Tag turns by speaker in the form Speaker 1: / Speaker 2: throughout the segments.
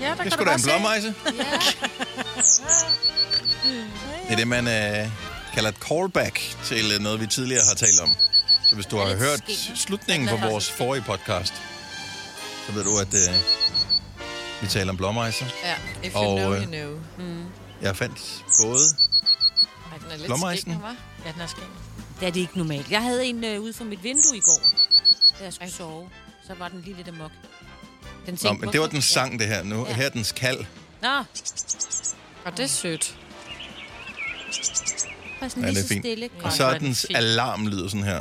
Speaker 1: der
Speaker 2: Det
Speaker 1: kan
Speaker 2: er sgu
Speaker 1: du
Speaker 2: da en
Speaker 1: godt se.
Speaker 2: blåmejse.
Speaker 1: Ja.
Speaker 2: Det er det, man øh, kalder et callback til øh, noget, vi tidligere har talt om. Så hvis du har
Speaker 3: lidt
Speaker 2: hørt
Speaker 3: skæg.
Speaker 2: slutningen på
Speaker 3: Den er
Speaker 2: vores forrige podcast, så ved du, at øh, vi taler om blåmejser.
Speaker 3: Ja, if you
Speaker 2: Og,
Speaker 3: know,
Speaker 2: øh,
Speaker 3: you know. Mm.
Speaker 2: Jeg fandt både...
Speaker 3: Ej, den er lidt
Speaker 2: Blommeisen.
Speaker 3: skæg, hva'?
Speaker 1: ja, den er skæg.
Speaker 4: Det er det ikke normalt. Jeg havde en øh, ude for mit vindue i går, da jeg skulle sove. Så var den lige lidt amok. Den
Speaker 2: Nå,
Speaker 4: tænkte,
Speaker 2: men det var
Speaker 4: hvorfor-
Speaker 2: den sang, det her. Nu her er dens kald.
Speaker 4: Ja. Nå,
Speaker 3: Og det er sødt.
Speaker 4: bare sådan
Speaker 2: Ja,
Speaker 4: ja, lige
Speaker 2: det er
Speaker 4: så
Speaker 2: fint.
Speaker 4: stille.
Speaker 2: Og
Speaker 4: Godt.
Speaker 2: så
Speaker 1: hvor
Speaker 2: er
Speaker 1: er den
Speaker 2: dens
Speaker 1: fin.
Speaker 2: alarm lyder sådan her.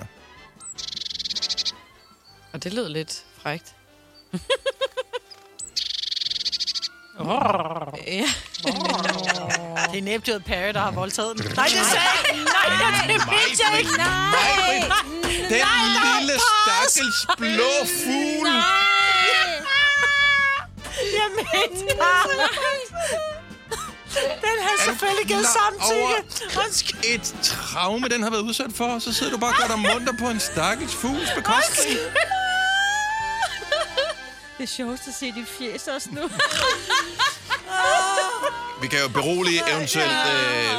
Speaker 3: Og det lød lidt frægt. ja.
Speaker 1: Det er Næbdyret Parry, der har voldtaget den. Nej, det sagde jeg ikke.
Speaker 2: Nej, nej, Den lille stakkels blå fugl.
Speaker 1: Jeg mente bare. Den har selvfølgelig givet
Speaker 2: klar
Speaker 1: samtykke. Undskyld.
Speaker 2: Et traume, den har været udsat for, og så sidder du bare og gør dig munter på en stakkels fugls bekostning.
Speaker 4: Det er sjovt at se dit fjes også nu.
Speaker 2: Vi kan jo berolige eventuelt øh,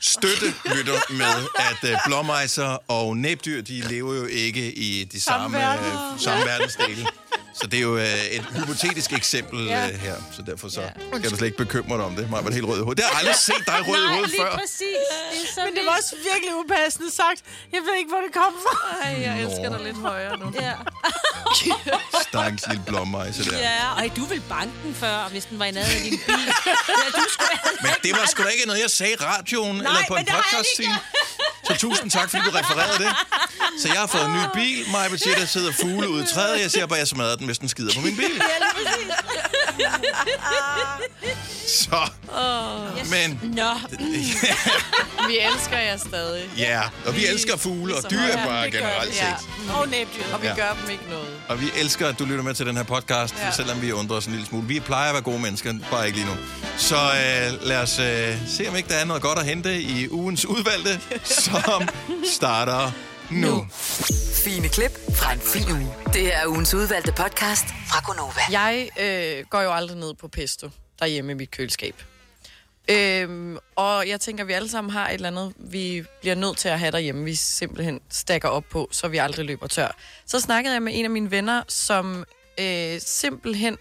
Speaker 2: støtte lytter med, at øh, blåmejser og næbdyr, de lever jo ikke i de samme, øh, samme verdensdele. Så det er jo øh, et hypotetisk eksempel øh, her, så derfor så kan du slet ikke bekymre dig om det. Mig var det helt rød i hovedet. Det har jeg aldrig set dig rød i
Speaker 4: Nej,
Speaker 2: hovedet
Speaker 4: lige
Speaker 2: før.
Speaker 4: præcis. Det er så
Speaker 1: Men det var også virkelig upassende sagt. Jeg ved ikke, hvor det kom fra.
Speaker 3: Ej, jeg elsker
Speaker 2: Nå.
Speaker 3: dig lidt højere nu.
Speaker 4: Ja.
Speaker 2: Stakkels lille blåmejse der.
Speaker 4: ja, og du ville banke den før, hvis den var i nærheden af din bil. Ja, du skulle...
Speaker 2: Men det var sgu da ikke noget, jeg sagde i radioen Nej, eller på
Speaker 4: men
Speaker 2: en
Speaker 4: det har jeg
Speaker 2: podcast scene. Så tusind tak, fordi du refererede det. Så jeg har fået en ny bil. Maja siger, der sidder fugle ude i træet. Jeg siger bare, jeg smadrer den, hvis den skider på min bil. Så, men
Speaker 4: Nå,
Speaker 3: Vi elsker jer stadig.
Speaker 2: ja, og vi elsker fugle og dyr bare generelt
Speaker 3: Ja. Mm.
Speaker 2: set.
Speaker 1: Og Næbdyret.
Speaker 3: Og vi
Speaker 2: Ja.
Speaker 3: gør dem ikke noget.
Speaker 2: Og vi elsker, at du lytter med til den her podcast, ja.
Speaker 3: Ja.
Speaker 2: selvom vi undrer os en lille smule. Vi plejer at være gode mennesker, bare ikke lige nu. Så øh, lad os øh, se, om ikke der er noget godt at hente i ugens udvalgte, som starter nu.
Speaker 5: Fine klip fra en fin uge. Det her er ugens udvalgte podcast fra Gonova.
Speaker 3: Jeg øh, går jo aldrig ned på pesto derhjemme i mit køleskab. Øhm, og jeg tænker, at vi alle sammen har et eller andet, vi bliver nødt til at have derhjemme, vi simpelthen stakker op på, så vi aldrig løber tør. Så snakkede jeg med en af mine venner, som øh, simpelthen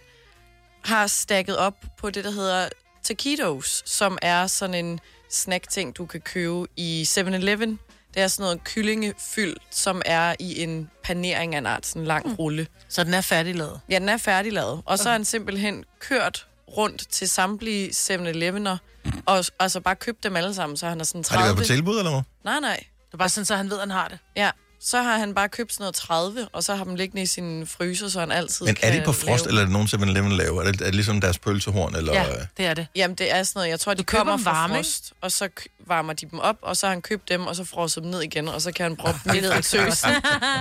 Speaker 3: har stakket op på det, der hedder taquitos, som er sådan en snackting, du kan købe i 7-Eleven. Det er sådan noget kyllingefyld, som er i en panering af en art, sådan en lang rulle.
Speaker 1: Mm. Så den er færdiglavet.
Speaker 3: Ja, den er færdiglavet. Og så er han simpelthen kørt rundt til samtlige 7-Eleven'er, og altså bare købt dem alle sammen, så han er sådan 30.
Speaker 2: Har det været på tilbud, eller hvad?
Speaker 3: Nej, nej.
Speaker 1: Det er bare sådan, så han ved, at han har det.
Speaker 3: Ja, så har han bare købt sådan noget 30, og så har dem liggende i sin fryser, så han altid
Speaker 2: Men er
Speaker 3: kan
Speaker 2: det på frost,
Speaker 3: lave-
Speaker 2: eller er det nogen 7-Eleven laver? Er det, er det ligesom deres pølsehorn? Eller, øh, altså,
Speaker 1: Ja, det er det.
Speaker 3: Jamen, det er sådan noget. Jeg tror, de
Speaker 1: køber
Speaker 3: kommer
Speaker 1: dem
Speaker 3: fra
Speaker 1: varme, ikke?
Speaker 3: frost, og så k- varmer de dem op, og så har han købt dem, og så frosset dem ned igen, og så kan han proppe dem ned i søsen.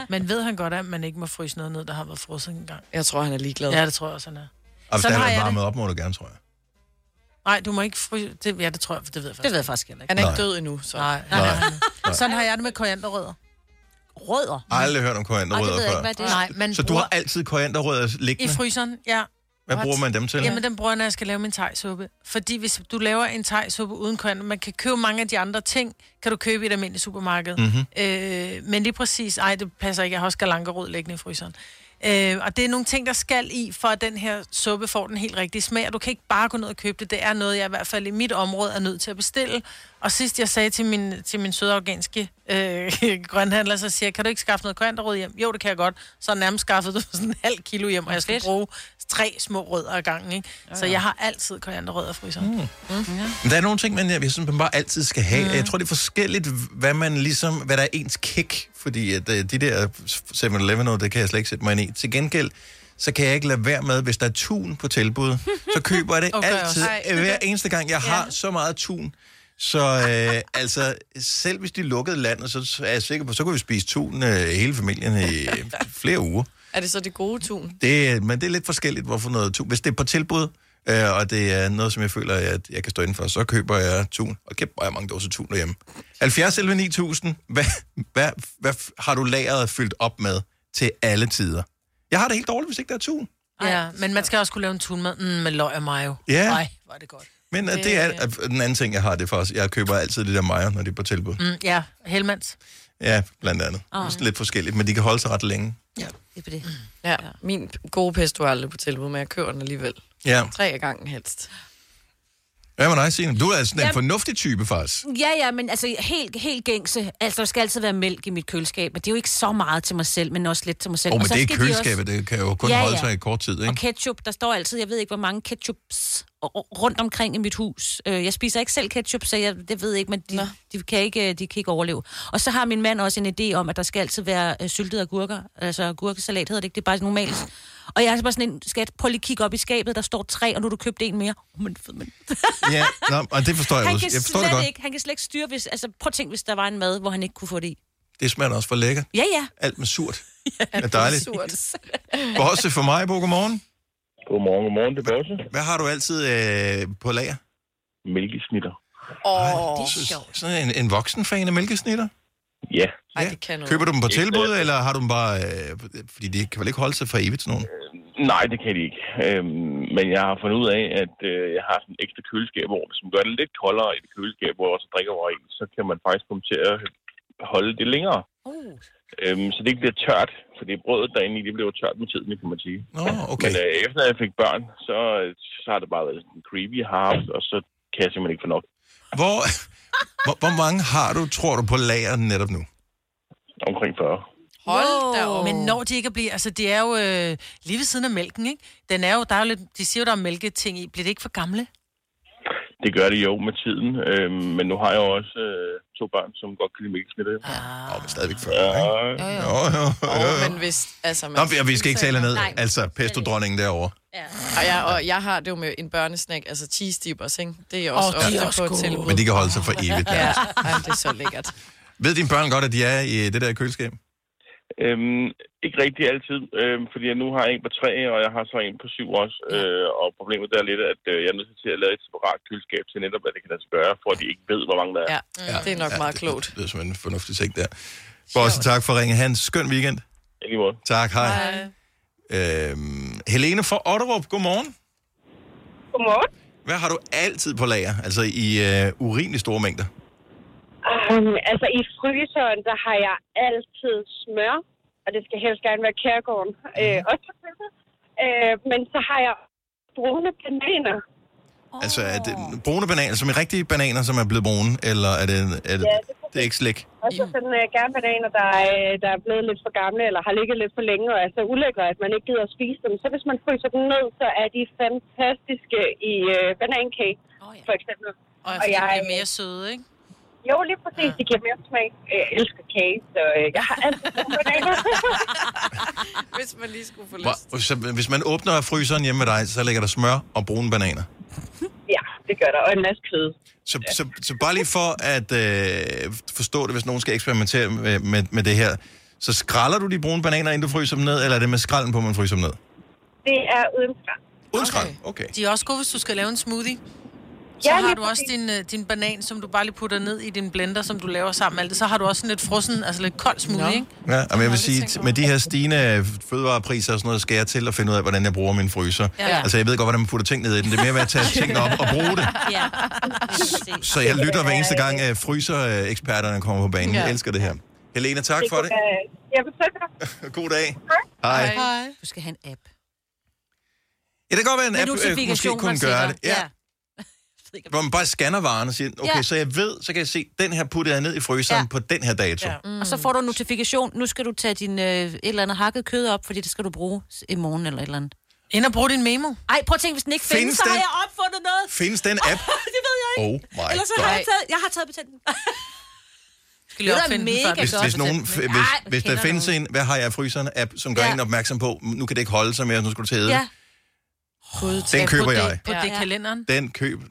Speaker 1: Men ved han godt, at man ikke må fryse noget ned, der har været frosset engang?
Speaker 3: Jeg tror, han er ligeglad.
Speaker 1: Ja, det tror jeg også, han er.
Speaker 2: og hvis
Speaker 1: sådan
Speaker 2: der
Speaker 1: har
Speaker 2: er
Speaker 1: jeg
Speaker 2: varmet op, må du gerne, tror jeg.
Speaker 1: Nej, du må ikke fryse... Det, ja, det tror jeg, for det ved jeg
Speaker 4: det
Speaker 1: faktisk.
Speaker 4: ved jeg faktisk heller ikke.
Speaker 3: Han er
Speaker 2: Nej.
Speaker 3: ikke død endnu, så.
Speaker 1: Nej, nej, nej, nej. Sådan har jeg det med korianderrødder.
Speaker 4: Rødder.
Speaker 2: Jeg har aldrig hørt om
Speaker 4: Og det ved
Speaker 2: korianderrødder
Speaker 4: jeg
Speaker 2: før.
Speaker 4: ikke, hvad det er.
Speaker 1: Nej, men
Speaker 2: Så du
Speaker 1: bruger-
Speaker 2: har altid korianderrødder
Speaker 1: I
Speaker 2: liggende?
Speaker 1: fryseren, ja.
Speaker 2: Hvad
Speaker 3: What?
Speaker 2: bruger man dem til?
Speaker 1: Jamen, den bruger jeg, når jeg skal lave min tegsuppe. Fordi hvis du laver en tegsuppe uden koriander, man kan købe mange af de andre ting, kan du købe i et almindeligt supermarked.
Speaker 2: Mhm.
Speaker 1: Mm-hmm. Øh, men lige præcis, ej, det passer ikke, jeg har også galankerod liggende i fryseren. Øh, og det er nogle ting, der skal i, for at den her suppe får den helt rigtige smag, og du kan ikke bare gå ned og købe det. Det er noget, jeg i hvert fald i mit område er nødt til at bestille. Og sidst jeg sagde til min, til min søde afghanske øh, grønhandler, så siger jeg, kan du ikke skaffe noget korianderrød hjem? Jo, det kan jeg godt. Så har jeg nærmest skaffet du sådan en halv kilo hjem, og jeg skal
Speaker 4: Fedt.
Speaker 1: bruge tre små rødder ad gangen. Ikke? Så jeg har altid korianderrødder i fryseren. Mm.
Speaker 2: Men Der er nogle ting, man, jeg synes, man bare altid skal have. Jeg tror, det er forskelligt, hvad, man ligesom, hvad der er ens kick. Fordi at, øh, de der 7-Eleven, det kan jeg slet ikke sætte mig ind i. Til gengæld, så kan jeg ikke lade være med, hvis der er tun på tilbud, så køber jeg det
Speaker 1: Og gør jeg
Speaker 2: altid.
Speaker 1: også.
Speaker 3: Ej.
Speaker 2: Hver eneste gang, jeg har så meget tun. Så øh, altså, selv hvis de lukkede landet, så er jeg sikker på, så kunne vi spise tun øh, hele familien i flere uger.
Speaker 3: Er det så det gode tun?
Speaker 2: Det, er- men det er lidt forskelligt, hvorfor noget tun. Hvis det er på tilbud, øh, og det er noget, som jeg føler, at jeg kan stå indenfor, så køber jeg tun. Og kæft, hvor har jeg mange dåser tun derhjemme. 70 11 9000. Hvad, hvad, hvad f- har du lageret fyldt op med til alle tider? Jeg har det helt dårligt, hvis ikke der er tun.
Speaker 1: Ja, men man skal også kunne lave en tunmad mm, med løg og mayo.
Speaker 2: Ja.
Speaker 1: Nej, var det godt.
Speaker 2: Men øh, det er øh, den anden ting, jeg har det for os. Jeg køber altid det der mayo, når det er på tilbud. Mm.
Speaker 1: Mm, ja, Helmands.
Speaker 2: Ja, blandt andet. Oh. Lidt forskelligt, men de kan holde sig ret længe.
Speaker 4: Det er på det.
Speaker 3: Ja, min gode pesto er aldrig på tilbud, men jeg køber den alligevel.
Speaker 2: Ja,
Speaker 3: Tre af gangen helst.
Speaker 2: hvad med dig, Signe? Du er altså en fornuftig type, faktisk.
Speaker 4: Ja, ja, men altså helt, helt gængse. Altså, der skal altid være mælk i mit køleskab, men det er jo ikke så meget til mig selv, men også lidt til mig selv.
Speaker 2: Åh, oh,
Speaker 4: Og
Speaker 2: men
Speaker 4: så
Speaker 2: det er
Speaker 4: skal de også-
Speaker 2: køleskabet, det kan jo kun
Speaker 4: Ja,
Speaker 2: holde
Speaker 4: ja.
Speaker 2: sig i kort tid, ikke?
Speaker 4: Og ketchup, der står altid, jeg ved ikke, hvor mange ketchups r- r- rundt omkring i mit hus. Øh, Jeg spiser ikke selv ketchup, så jeg, det ved jeg ikke, men de, de, kan ikke, øh, de kan ikke overleve. Og så har min mand også en idé om, at der skal altid være øh, syltede agurker. Altså agurkesalat hedder det ikke, det er bare normalt. Og jeg er altså bare sådan en, skat, prøv lige at kigge op i skabet, der står tre, og nu har du købt en mere. Oh, men, fed, men.
Speaker 2: Ja, nå, og det forstår jeg
Speaker 4: Han,
Speaker 2: også.
Speaker 4: kan
Speaker 2: Jeg forstår det
Speaker 4: slet
Speaker 2: godt.
Speaker 4: ikke, han kan slet ikke styre, hvis, altså prøv at tænke, hvis der var en mad, hvor han ikke kunne få det i.
Speaker 2: Det smager da også for lækkert.
Speaker 4: Ja, ja.
Speaker 2: Alt med surt. Ja, er dejligt.
Speaker 3: Surt.
Speaker 2: Bosse for mig, Bo, godmorgen.
Speaker 6: Godmorgen, godmorgen. Det er Børse.
Speaker 2: Hvad har du altid øh, på lager?
Speaker 6: Mælkesnitter.
Speaker 3: Åh,
Speaker 2: Så- Sådan en, en voksenfan af mælkesnitter?
Speaker 6: Ja.
Speaker 3: ej,
Speaker 2: Ja.
Speaker 3: det kan noget.
Speaker 2: Køber du dem på
Speaker 6: Ikke øh,
Speaker 2: tilbud,
Speaker 6: altid.
Speaker 2: eller har du dem bare... Øh, fordi det kan vel ikke holde sig for evigt, sådan nogen?
Speaker 6: Øh. Nej, det kan de ikke. Øhm, men jeg har fundet ud af, at øh, jeg har sådan et ekstra køleskab over, som gør det lidt koldere i det køleskab, hvor jeg også drikker over i. Så kan man faktisk komme til at holde det længere.
Speaker 2: Oh.
Speaker 4: Uh.
Speaker 6: Øhm, så det ikke bliver tørt, for det brødet derinde i, det bliver jo tørt med tiden, kan man sige.
Speaker 2: Nå, okay.
Speaker 6: Men øh, efter jeg fik børn, så, så har det bare været sådan creepy, jeg har haft, og så kan jeg simpelthen ikke få nok.
Speaker 2: Hvor, hvor, hvor mange har du, tror du, på lager netop nu?
Speaker 6: Omkring 40.
Speaker 3: Hold da op.
Speaker 1: Men
Speaker 3: Men
Speaker 1: når de ikke bliver... Altså, det er jo øh, lige ved siden af mælken, ikke? Den er jo, der er jo lidt, de siger jo, der er mælketing i. Bliver det ikke for gamle?
Speaker 6: Det gør det jo med tiden, øhm, men nu har jeg jo også øh, to børn, som godt kan lide mælkesnitter.
Speaker 2: Åh, oh, men stadigvæk 40,
Speaker 6: Ja,
Speaker 2: ikke?
Speaker 6: øh,
Speaker 2: Jo, jo, jo,
Speaker 3: Åh,
Speaker 2: jo.
Speaker 3: men hvis, altså, man,
Speaker 2: Nå, vi- vi skal ikke tale ned.
Speaker 4: Nej.
Speaker 2: Altså, pestodronningen derovre.
Speaker 3: og, jeg, og jeg har det jo med en børnesnack, altså cheese dippers, ikke? Det er også
Speaker 1: Åh, de er
Speaker 3: ofte
Speaker 1: også
Speaker 3: på
Speaker 1: gode.
Speaker 3: et tilbud.
Speaker 2: Men de kan holde sig for evigt. altså.
Speaker 3: Ja,
Speaker 2: Ja.
Speaker 3: ej, det er så lækkert.
Speaker 2: Ved dine børn godt, at de er i det der køleskab?
Speaker 6: Øhm, ikke rigtig altid, øhm, fordi jeg nu har en på tre, og jeg har så en på syv også. Øh, og problemet der er lidt, at øh, jeg er nødt til at lade et separat køleskab til netop, hvad det kan lade sig gøre, for at de ikke ved, hvor mange der er.
Speaker 3: Ja, det er nok meget
Speaker 2: det,
Speaker 3: klogt.
Speaker 2: Det, det er simpelthen en fornuftig ting der. Bosse, tak for ringen. Ha' en skøn weekend.
Speaker 6: Ja. Anyway.
Speaker 2: Tak, hej. hej. Øhm, Helene fra Otterup, godmorgen.
Speaker 7: Godmorgen.
Speaker 2: Hvad har du altid på lager? Altså i øh, urimelig store mængder?
Speaker 7: Um, altså i fryseren, der har jeg altid smør, og det skal helst gerne være kærgården.
Speaker 2: Mhm.
Speaker 7: Øh, også for eksempel. øh, men så har jeg brune bananer.
Speaker 2: Oh. Altså er det brune bananer, som er rigtige bananer, som er blevet brune? Eller er det, er det,
Speaker 7: Ja,
Speaker 2: ja,
Speaker 7: det
Speaker 2: det er ikke slik?
Speaker 7: Og så sådan øh, gerne bananer, der, øh, der er blevet lidt for gamle, eller har ligget lidt for længe, og er så ulækre, at man ikke gider at spise dem. Så hvis man fryser dem ned, så er de fantastiske i øh, banankage,
Speaker 4: Åh, ja.
Speaker 7: for eksempel.
Speaker 1: Og,
Speaker 7: Og
Speaker 1: fordi jeg... de
Speaker 7: jeg- øh,
Speaker 1: bliver mere søde, ikke?
Speaker 7: Jo, lige præcis. Det giver mere smag. Jeg elsker kage, så øh, jeg har altid brune bananer.
Speaker 3: Hvis man lige skulle få lyst.
Speaker 2: Hvor, så, hvis man åbner fryseren hjemme med dig, så ligger der smør og brune bananer.
Speaker 7: Ja, det gør der. Og en masse kød.
Speaker 2: Så, så, så bare lige for at øh, forstå det, hvis nogen skal eksperimentere med, med, med det her, så skræller du de brune bananer, inden du fryser dem ned, eller er det med skralden på, man fryser dem ned?
Speaker 7: Det er uden skræk.
Speaker 2: Uden okay. skrald, okay.
Speaker 1: De er også gode, hvis du skal lave en smoothie. Så
Speaker 7: Ja,
Speaker 1: har
Speaker 7: lige
Speaker 1: du også din, øh, din banan, som du bare lige putter ned i din blender, som du laver sammen med alt det. Så har du også sådan lidt frossen, altså lidt kold smoothie, ikke?
Speaker 2: Ja, men jeg vil sige, med de her stigende fødevarepriser og sådan noget, skal jeg til at finde ud af, hvordan jeg bruger min fryser.
Speaker 1: Ja.
Speaker 2: Altså, jeg ved godt, hvordan man putter ting ned i den. Det er mere ved at tage tingene op og bruge det.
Speaker 4: Ja. Præcis.
Speaker 2: Så jeg lytter hver eneste gang, at frysereksperterne kommer på banen. Jeg elsker det her. Helena, tak for det.
Speaker 7: Øh, jamen, så
Speaker 2: God dag. Hej.
Speaker 1: Hej.
Speaker 4: Du skal have en app.
Speaker 2: Ja, det kan godt være, en
Speaker 4: Med
Speaker 2: app øh, måske
Speaker 4: notifikationer
Speaker 2: kunne
Speaker 4: sikkert.
Speaker 2: gøre det. Ja.
Speaker 4: Jeg ved ikke, om-
Speaker 2: Hvor man bare scanner varen og siger, okay,
Speaker 4: Ja.
Speaker 2: så jeg ved, så kan jeg se, den her putter jeg ned i fryseren
Speaker 4: Ja.
Speaker 2: på den her dato. Ja.
Speaker 4: Mm. Og så får du en notifikation, nu skal du tage din øh, et eller andet hakket kød op, fordi det skal du bruge s- i morgen eller et eller andet.
Speaker 1: Ind og brug din memo.
Speaker 4: Ej, prøv at tænke, hvis den ikke findes,
Speaker 2: Findes
Speaker 4: findes så har
Speaker 2: den?
Speaker 4: jeg opfundet noget.
Speaker 2: Findes den app?
Speaker 4: det ved jeg ikke.
Speaker 2: Oh my
Speaker 4: Ellers så har
Speaker 2: god.
Speaker 4: jeg taget, jeg har taget betalt den.
Speaker 1: Skal lige
Speaker 4: Det er da
Speaker 1: opfinde den
Speaker 4: mega
Speaker 1: før, den
Speaker 2: Hvis,
Speaker 4: godt.
Speaker 2: hvis,
Speaker 4: fortælle
Speaker 2: nogen,
Speaker 4: den,
Speaker 2: f-
Speaker 4: ikke?
Speaker 2: hvis,
Speaker 4: Ej,
Speaker 2: hvis der
Speaker 4: kender
Speaker 2: findes en, hvad har jeg i fryseren app, som gør
Speaker 4: Ja.
Speaker 2: en opmærksom på, nu kan det ikke holde sig mere, nu skal du til at æde.
Speaker 4: Ja.
Speaker 2: Den køber
Speaker 1: på det,
Speaker 2: jeg.
Speaker 1: På det
Speaker 4: Ja.
Speaker 1: kalenderen.
Speaker 2: Den køb, nej,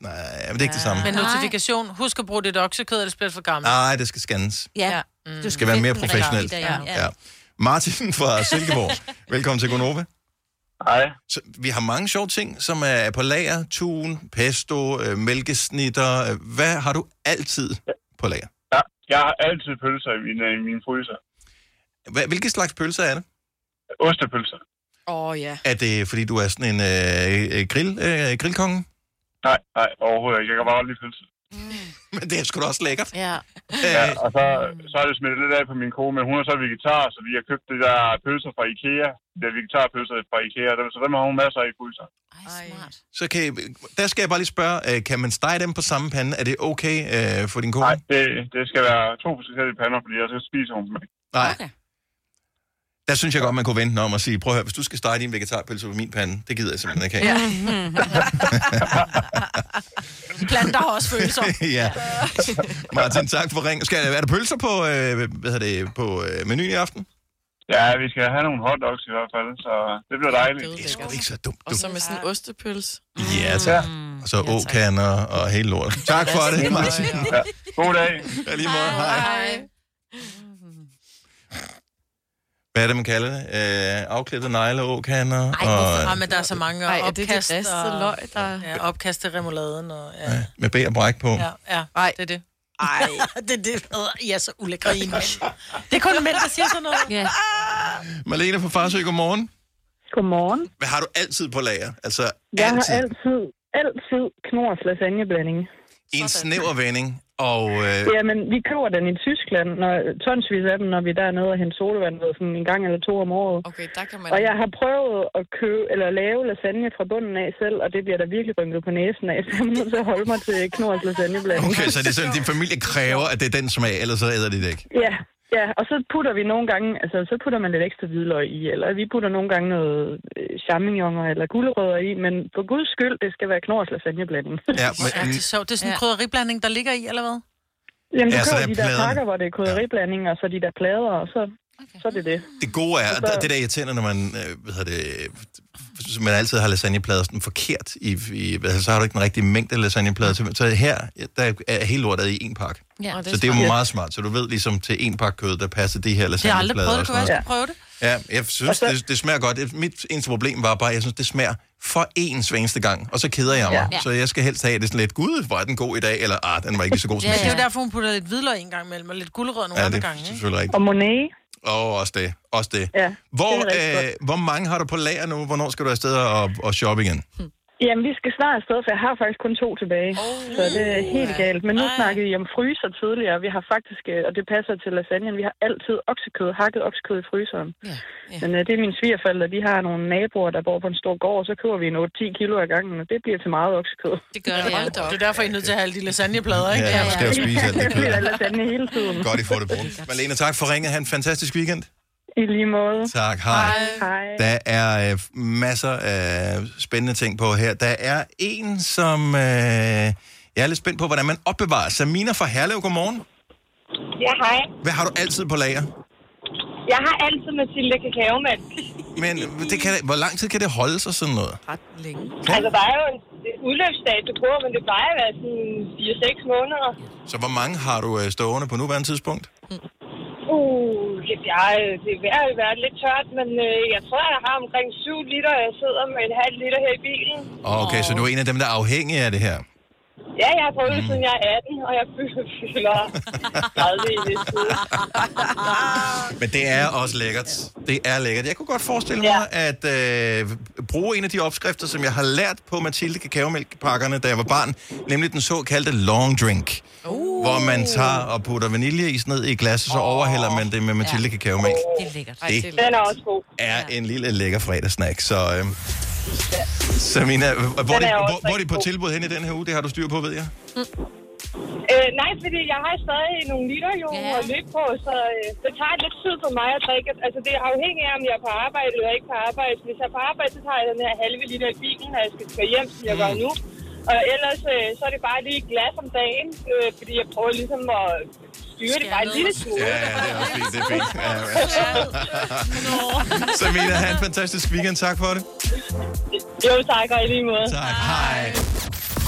Speaker 2: men det er ikke det samme.
Speaker 1: Men
Speaker 4: Nej.
Speaker 1: notifikation, husk at bruge dit oksekød, ellers bliver det for gammelt.
Speaker 2: Nej, det skal scannes.
Speaker 4: Ja. Mm. Du
Speaker 2: Det skal være
Speaker 4: finde
Speaker 2: mere
Speaker 4: den
Speaker 2: professionelt.
Speaker 4: rigtige, Ja. ja.
Speaker 2: Ja. Martin fra Silkeborg, velkommen til Gonova.
Speaker 6: Hej.
Speaker 2: Så vi har mange sjove ting, som er på lager. Tun, pesto, øh, mælkesnitter. Øh, Hvad har du altid på lager?
Speaker 6: Ja, jeg har altid pølser i øh, min, i min fryser.
Speaker 2: Hva- Hvilke slags pølser er det?
Speaker 6: Ostepølser.
Speaker 3: Åh, oh, ja.
Speaker 2: Er det, fordi du er sådan en øh, øh, grill, øh, grillkonge?
Speaker 6: Nej, nej, overhovedet ikke. Jeg kan bare godt lide pølse.
Speaker 2: Men det er sgu da også lækkert.
Speaker 3: Ja.
Speaker 6: Ja,
Speaker 2: Øh,
Speaker 6: og så, så er det smittet lidt af på min kone, men hun er så vegetar, så vi har købt det der pølser fra Ikea. Det er vegetarpølser fra Ikea, dem- så dem har hun masser af i pølser.
Speaker 4: Ej, smart.
Speaker 2: så kan, I- der skal jeg bare lige spørge, øh, kan man stege dem på samme pande? Er det okay øh, for din kone?
Speaker 6: Nej, det, det skal være to forskellige pander, fordi ellers så spiser hun dem ikke.
Speaker 2: Nej.
Speaker 4: Okay.
Speaker 2: Der synes jeg godt, man kunne vente den om og sige, prøv at høre, hvis du skal stege din vegetarpølse på min pande, det gider jeg simpelthen ikke have.
Speaker 1: Planter har også følelser.
Speaker 2: ja. Martin, tak for ring. Skal, er der pølser på, øh, hvad hedder det, på øh, menuen i aften?
Speaker 6: Ja, vi skal have nogle hotdogs i hvert fald, så det bliver dejligt.
Speaker 3: Det
Speaker 2: Det er sgu ikke så dumt,
Speaker 3: Og
Speaker 2: du.
Speaker 3: så med sådan en ostepølse.
Speaker 2: Ja, tak. Og så åkander og hele lortet. Tak for det, Martin.
Speaker 6: Ja. God dag.
Speaker 2: Ja, lige måde. Hej.
Speaker 3: Ej.
Speaker 2: Hvad er det, man kalder det? Øh, afklippede negle, åkander
Speaker 1: Ej,
Speaker 2: og
Speaker 1: men der er så mange
Speaker 3: Ej,
Speaker 1: Ej,
Speaker 3: er det det
Speaker 1: opkast,
Speaker 3: bedste
Speaker 1: og,
Speaker 3: løg, der...
Speaker 1: ja, opkast til remouladen. Og, ja,
Speaker 2: med bæ og bræk på.
Speaker 1: ja, ja,
Speaker 3: Ej.
Speaker 1: det er det. Ej, det er det. Øh, I er så ulækre i mænd. Det er kun mænd, der siger sådan noget.
Speaker 4: Ja.
Speaker 2: Malene fra Farsø, godmorgen.
Speaker 8: Godmorgen.
Speaker 2: Hvad har du altid på lager? Altså,
Speaker 8: Jeg har
Speaker 2: altid.
Speaker 8: altid, altid knors lasagneblanding.
Speaker 2: I en snæver vending, og øh,
Speaker 8: Jamen, vi køber den i Tyskland, når, tonsvis af dem, når vi er dernede og henter sodavand ved sådan en gang eller to om året.
Speaker 3: Okay, der kan man...
Speaker 8: Og jeg har prøvet at købe, eller lave lasagne fra bunden af selv, og det bliver der virkelig rynket på næsen af, så jeg er nødt til at holde mig til knors lasagneblanding.
Speaker 2: okay, så det er sådan, din familie kræver, at det er den smag, ellers så æder de det ikke.
Speaker 8: Ja, ja, og så putter vi nogle gange, altså så putter man lidt ekstra hvidløg i, eller vi putter nogle gange noget øh, champignoner eller gulerødder i, men for guds skyld, det skal være knors lasagneblanding.
Speaker 2: Ja,
Speaker 1: Ja,
Speaker 2: men,
Speaker 1: det er sjovt. Det er sådan en
Speaker 3: Ja.
Speaker 1: krydderiblanding, der ligger i, eller hvad?
Speaker 8: Jamen, du
Speaker 2: Ja,
Speaker 8: ja,
Speaker 2: så
Speaker 8: køber
Speaker 2: der er
Speaker 8: de der
Speaker 2: pladerne.
Speaker 8: pakker, hvor det er krydderiblanding, og så de der plader, og så, okay. så er det det.
Speaker 2: det gode er, at det der irriterende, når man, øh, hvad hedder det, hvis man altid har lasagneplader sådan forkert, i, i, altså, så har du ikke den rigtige mængde lasagneplader. til- Så her, der er hele lortet i en pakke.
Speaker 4: Ja.
Speaker 3: Åh, det
Speaker 2: Så
Speaker 3: er
Speaker 2: det er jo meget smart. Så du ved ligesom til en pakke kød, der passer det her
Speaker 1: Det har jeg aldrig
Speaker 2: lasagneplader.
Speaker 1: prøvet.
Speaker 2: og
Speaker 1: Det kunne være,
Speaker 2: sådan noget.
Speaker 1: jeg skulle prøve det.
Speaker 2: Ja, jeg synes, det, det smager godt. Mit eneste problem var bare, at jeg synes, det smager for ens hver eneste gang, og så keder jeg mig. Ja.
Speaker 4: Ja.
Speaker 2: Så jeg skal helst have at det er sådan lidt, gud, var den god i dag, eller ah, den var ikke lige så god som
Speaker 4: Ja,
Speaker 2: ja,
Speaker 1: Men det er
Speaker 2: sidst.
Speaker 1: jo derfor, hun putter lidt hvidløg en gang imellem, og lidt guldrød nogle
Speaker 2: Ja,
Speaker 1: andre
Speaker 2: det er
Speaker 1: gange. Ikke?
Speaker 2: selvfølgelig rigtigt.
Speaker 8: Og Monet,
Speaker 2: Og også det. Også det.
Speaker 8: ja.
Speaker 2: Hvor,
Speaker 8: det er rigtig
Speaker 2: øh, hvor mange har du på lager nu? Hvornår skal du afsted og, og shoppe igen?
Speaker 8: Jamen, vi skal snart afsted, for jeg har faktisk kun to tilbage. Oh, så det er helt galt. Men nu
Speaker 1: Ej.
Speaker 8: Ej. snakkede vi om fryser tidligere. Vi har faktisk, øh, og det passer til lasagnen, vi har altid oksekød, hakket oksekød i fryseren.
Speaker 3: Ja, ja.
Speaker 8: Men øh, det er mine svigerforældre, de har nogle naboer, der bor på en stor gård, og så køber vi en 8-10 kilo ad gangen, og det bliver til meget oksekød.
Speaker 4: Det gør det, ja.
Speaker 3: Hold da op.
Speaker 1: Det er derfor, I er nødt til at have alle de lasagneplader, ikke?
Speaker 2: Ja, du skal jo spise alt det
Speaker 8: Det bliver
Speaker 2: kød.
Speaker 8: der lasagne hele tiden.
Speaker 2: Godt, I får det brugt. Malene, tak for ringet. Ha' en fantastisk weekend.
Speaker 8: I lige måde.
Speaker 2: Tak, hej.
Speaker 8: Mm. Hej.
Speaker 2: Der er øh, masser af spændende ting på her. Der er en, som øh, jeg er lidt spændt på, hvordan man opbevarer. Samina fra Herlev, godmorgen.
Speaker 7: Ja, hej.
Speaker 2: Hvad har du altid på lager?
Speaker 7: Jeg har altid Mathilde kakaomælk.
Speaker 2: Men det kan, hvor lang tid kan det holde sig sådan noget?
Speaker 3: Ret længe.
Speaker 7: Altså, der er jo en udløbsdato på, men det plejer at være sådan 4-6 måneder.
Speaker 2: Så hvor mange har du øh, stående på nuværende tidspunkt?
Speaker 7: Uh, jeg, det er ved at være lidt tørt, men øh, jeg tror, jeg har omkring 7 liter, og jeg sidder med en halv liter her i bilen.
Speaker 2: Okay, så du er en af dem, der er afhængig af det her.
Speaker 7: Ja, jeg har prøvet det, siden jeg er 18, og jeg fylder 30 i det tid.
Speaker 2: Men det er også lækkert. Det er lækkert. Jeg kunne godt forestille mig at øh, bruge en af de opskrifter, som jeg har lært på Mathilde kakaomælkepakkerne, da jeg var barn, nemlig den såkaldte long drink. Uh. Hvor man tager og putter vaniljeis ned i et glas, og så overhælder man det med Mathilde kakaomælk.
Speaker 4: Det er lækkert.
Speaker 3: Ej,
Speaker 2: Det-
Speaker 3: det er
Speaker 7: Den
Speaker 3: lækkert.
Speaker 7: er også god.
Speaker 2: Er en lille lækker fredagssnack, så... Øh, Samina, hvor, hvor, er
Speaker 7: også
Speaker 2: de- hvor, hvor er de
Speaker 7: rigtig
Speaker 2: på
Speaker 7: god.
Speaker 2: tilbud hen i den her uge? Det har du styr på, ved jeg.
Speaker 7: Øh, nej, fordi jeg har stadig nogle liter jo
Speaker 4: Ja.
Speaker 7: at løbe på, så øh, det tager lidt tid for mig at drikke. Altså, det er afhængigt af, om jeg er på arbejde eller ikke på arbejde. Hvis jeg er på arbejde, så tager jeg den her halve liter i bilen, når jeg skal køre hjem, som jeg gør nu. Og ellers, øh, så er det bare lige et glas om dagen, øh, fordi jeg prøver ligesom at styre det bare en lille smule.
Speaker 2: Ja, ja, det er også fint. Det er fint. Ja, ja. Samina, have en fantastisk weekend. Tak for det.
Speaker 7: Jo, tak, og i lige måde.
Speaker 2: Tak. Hej.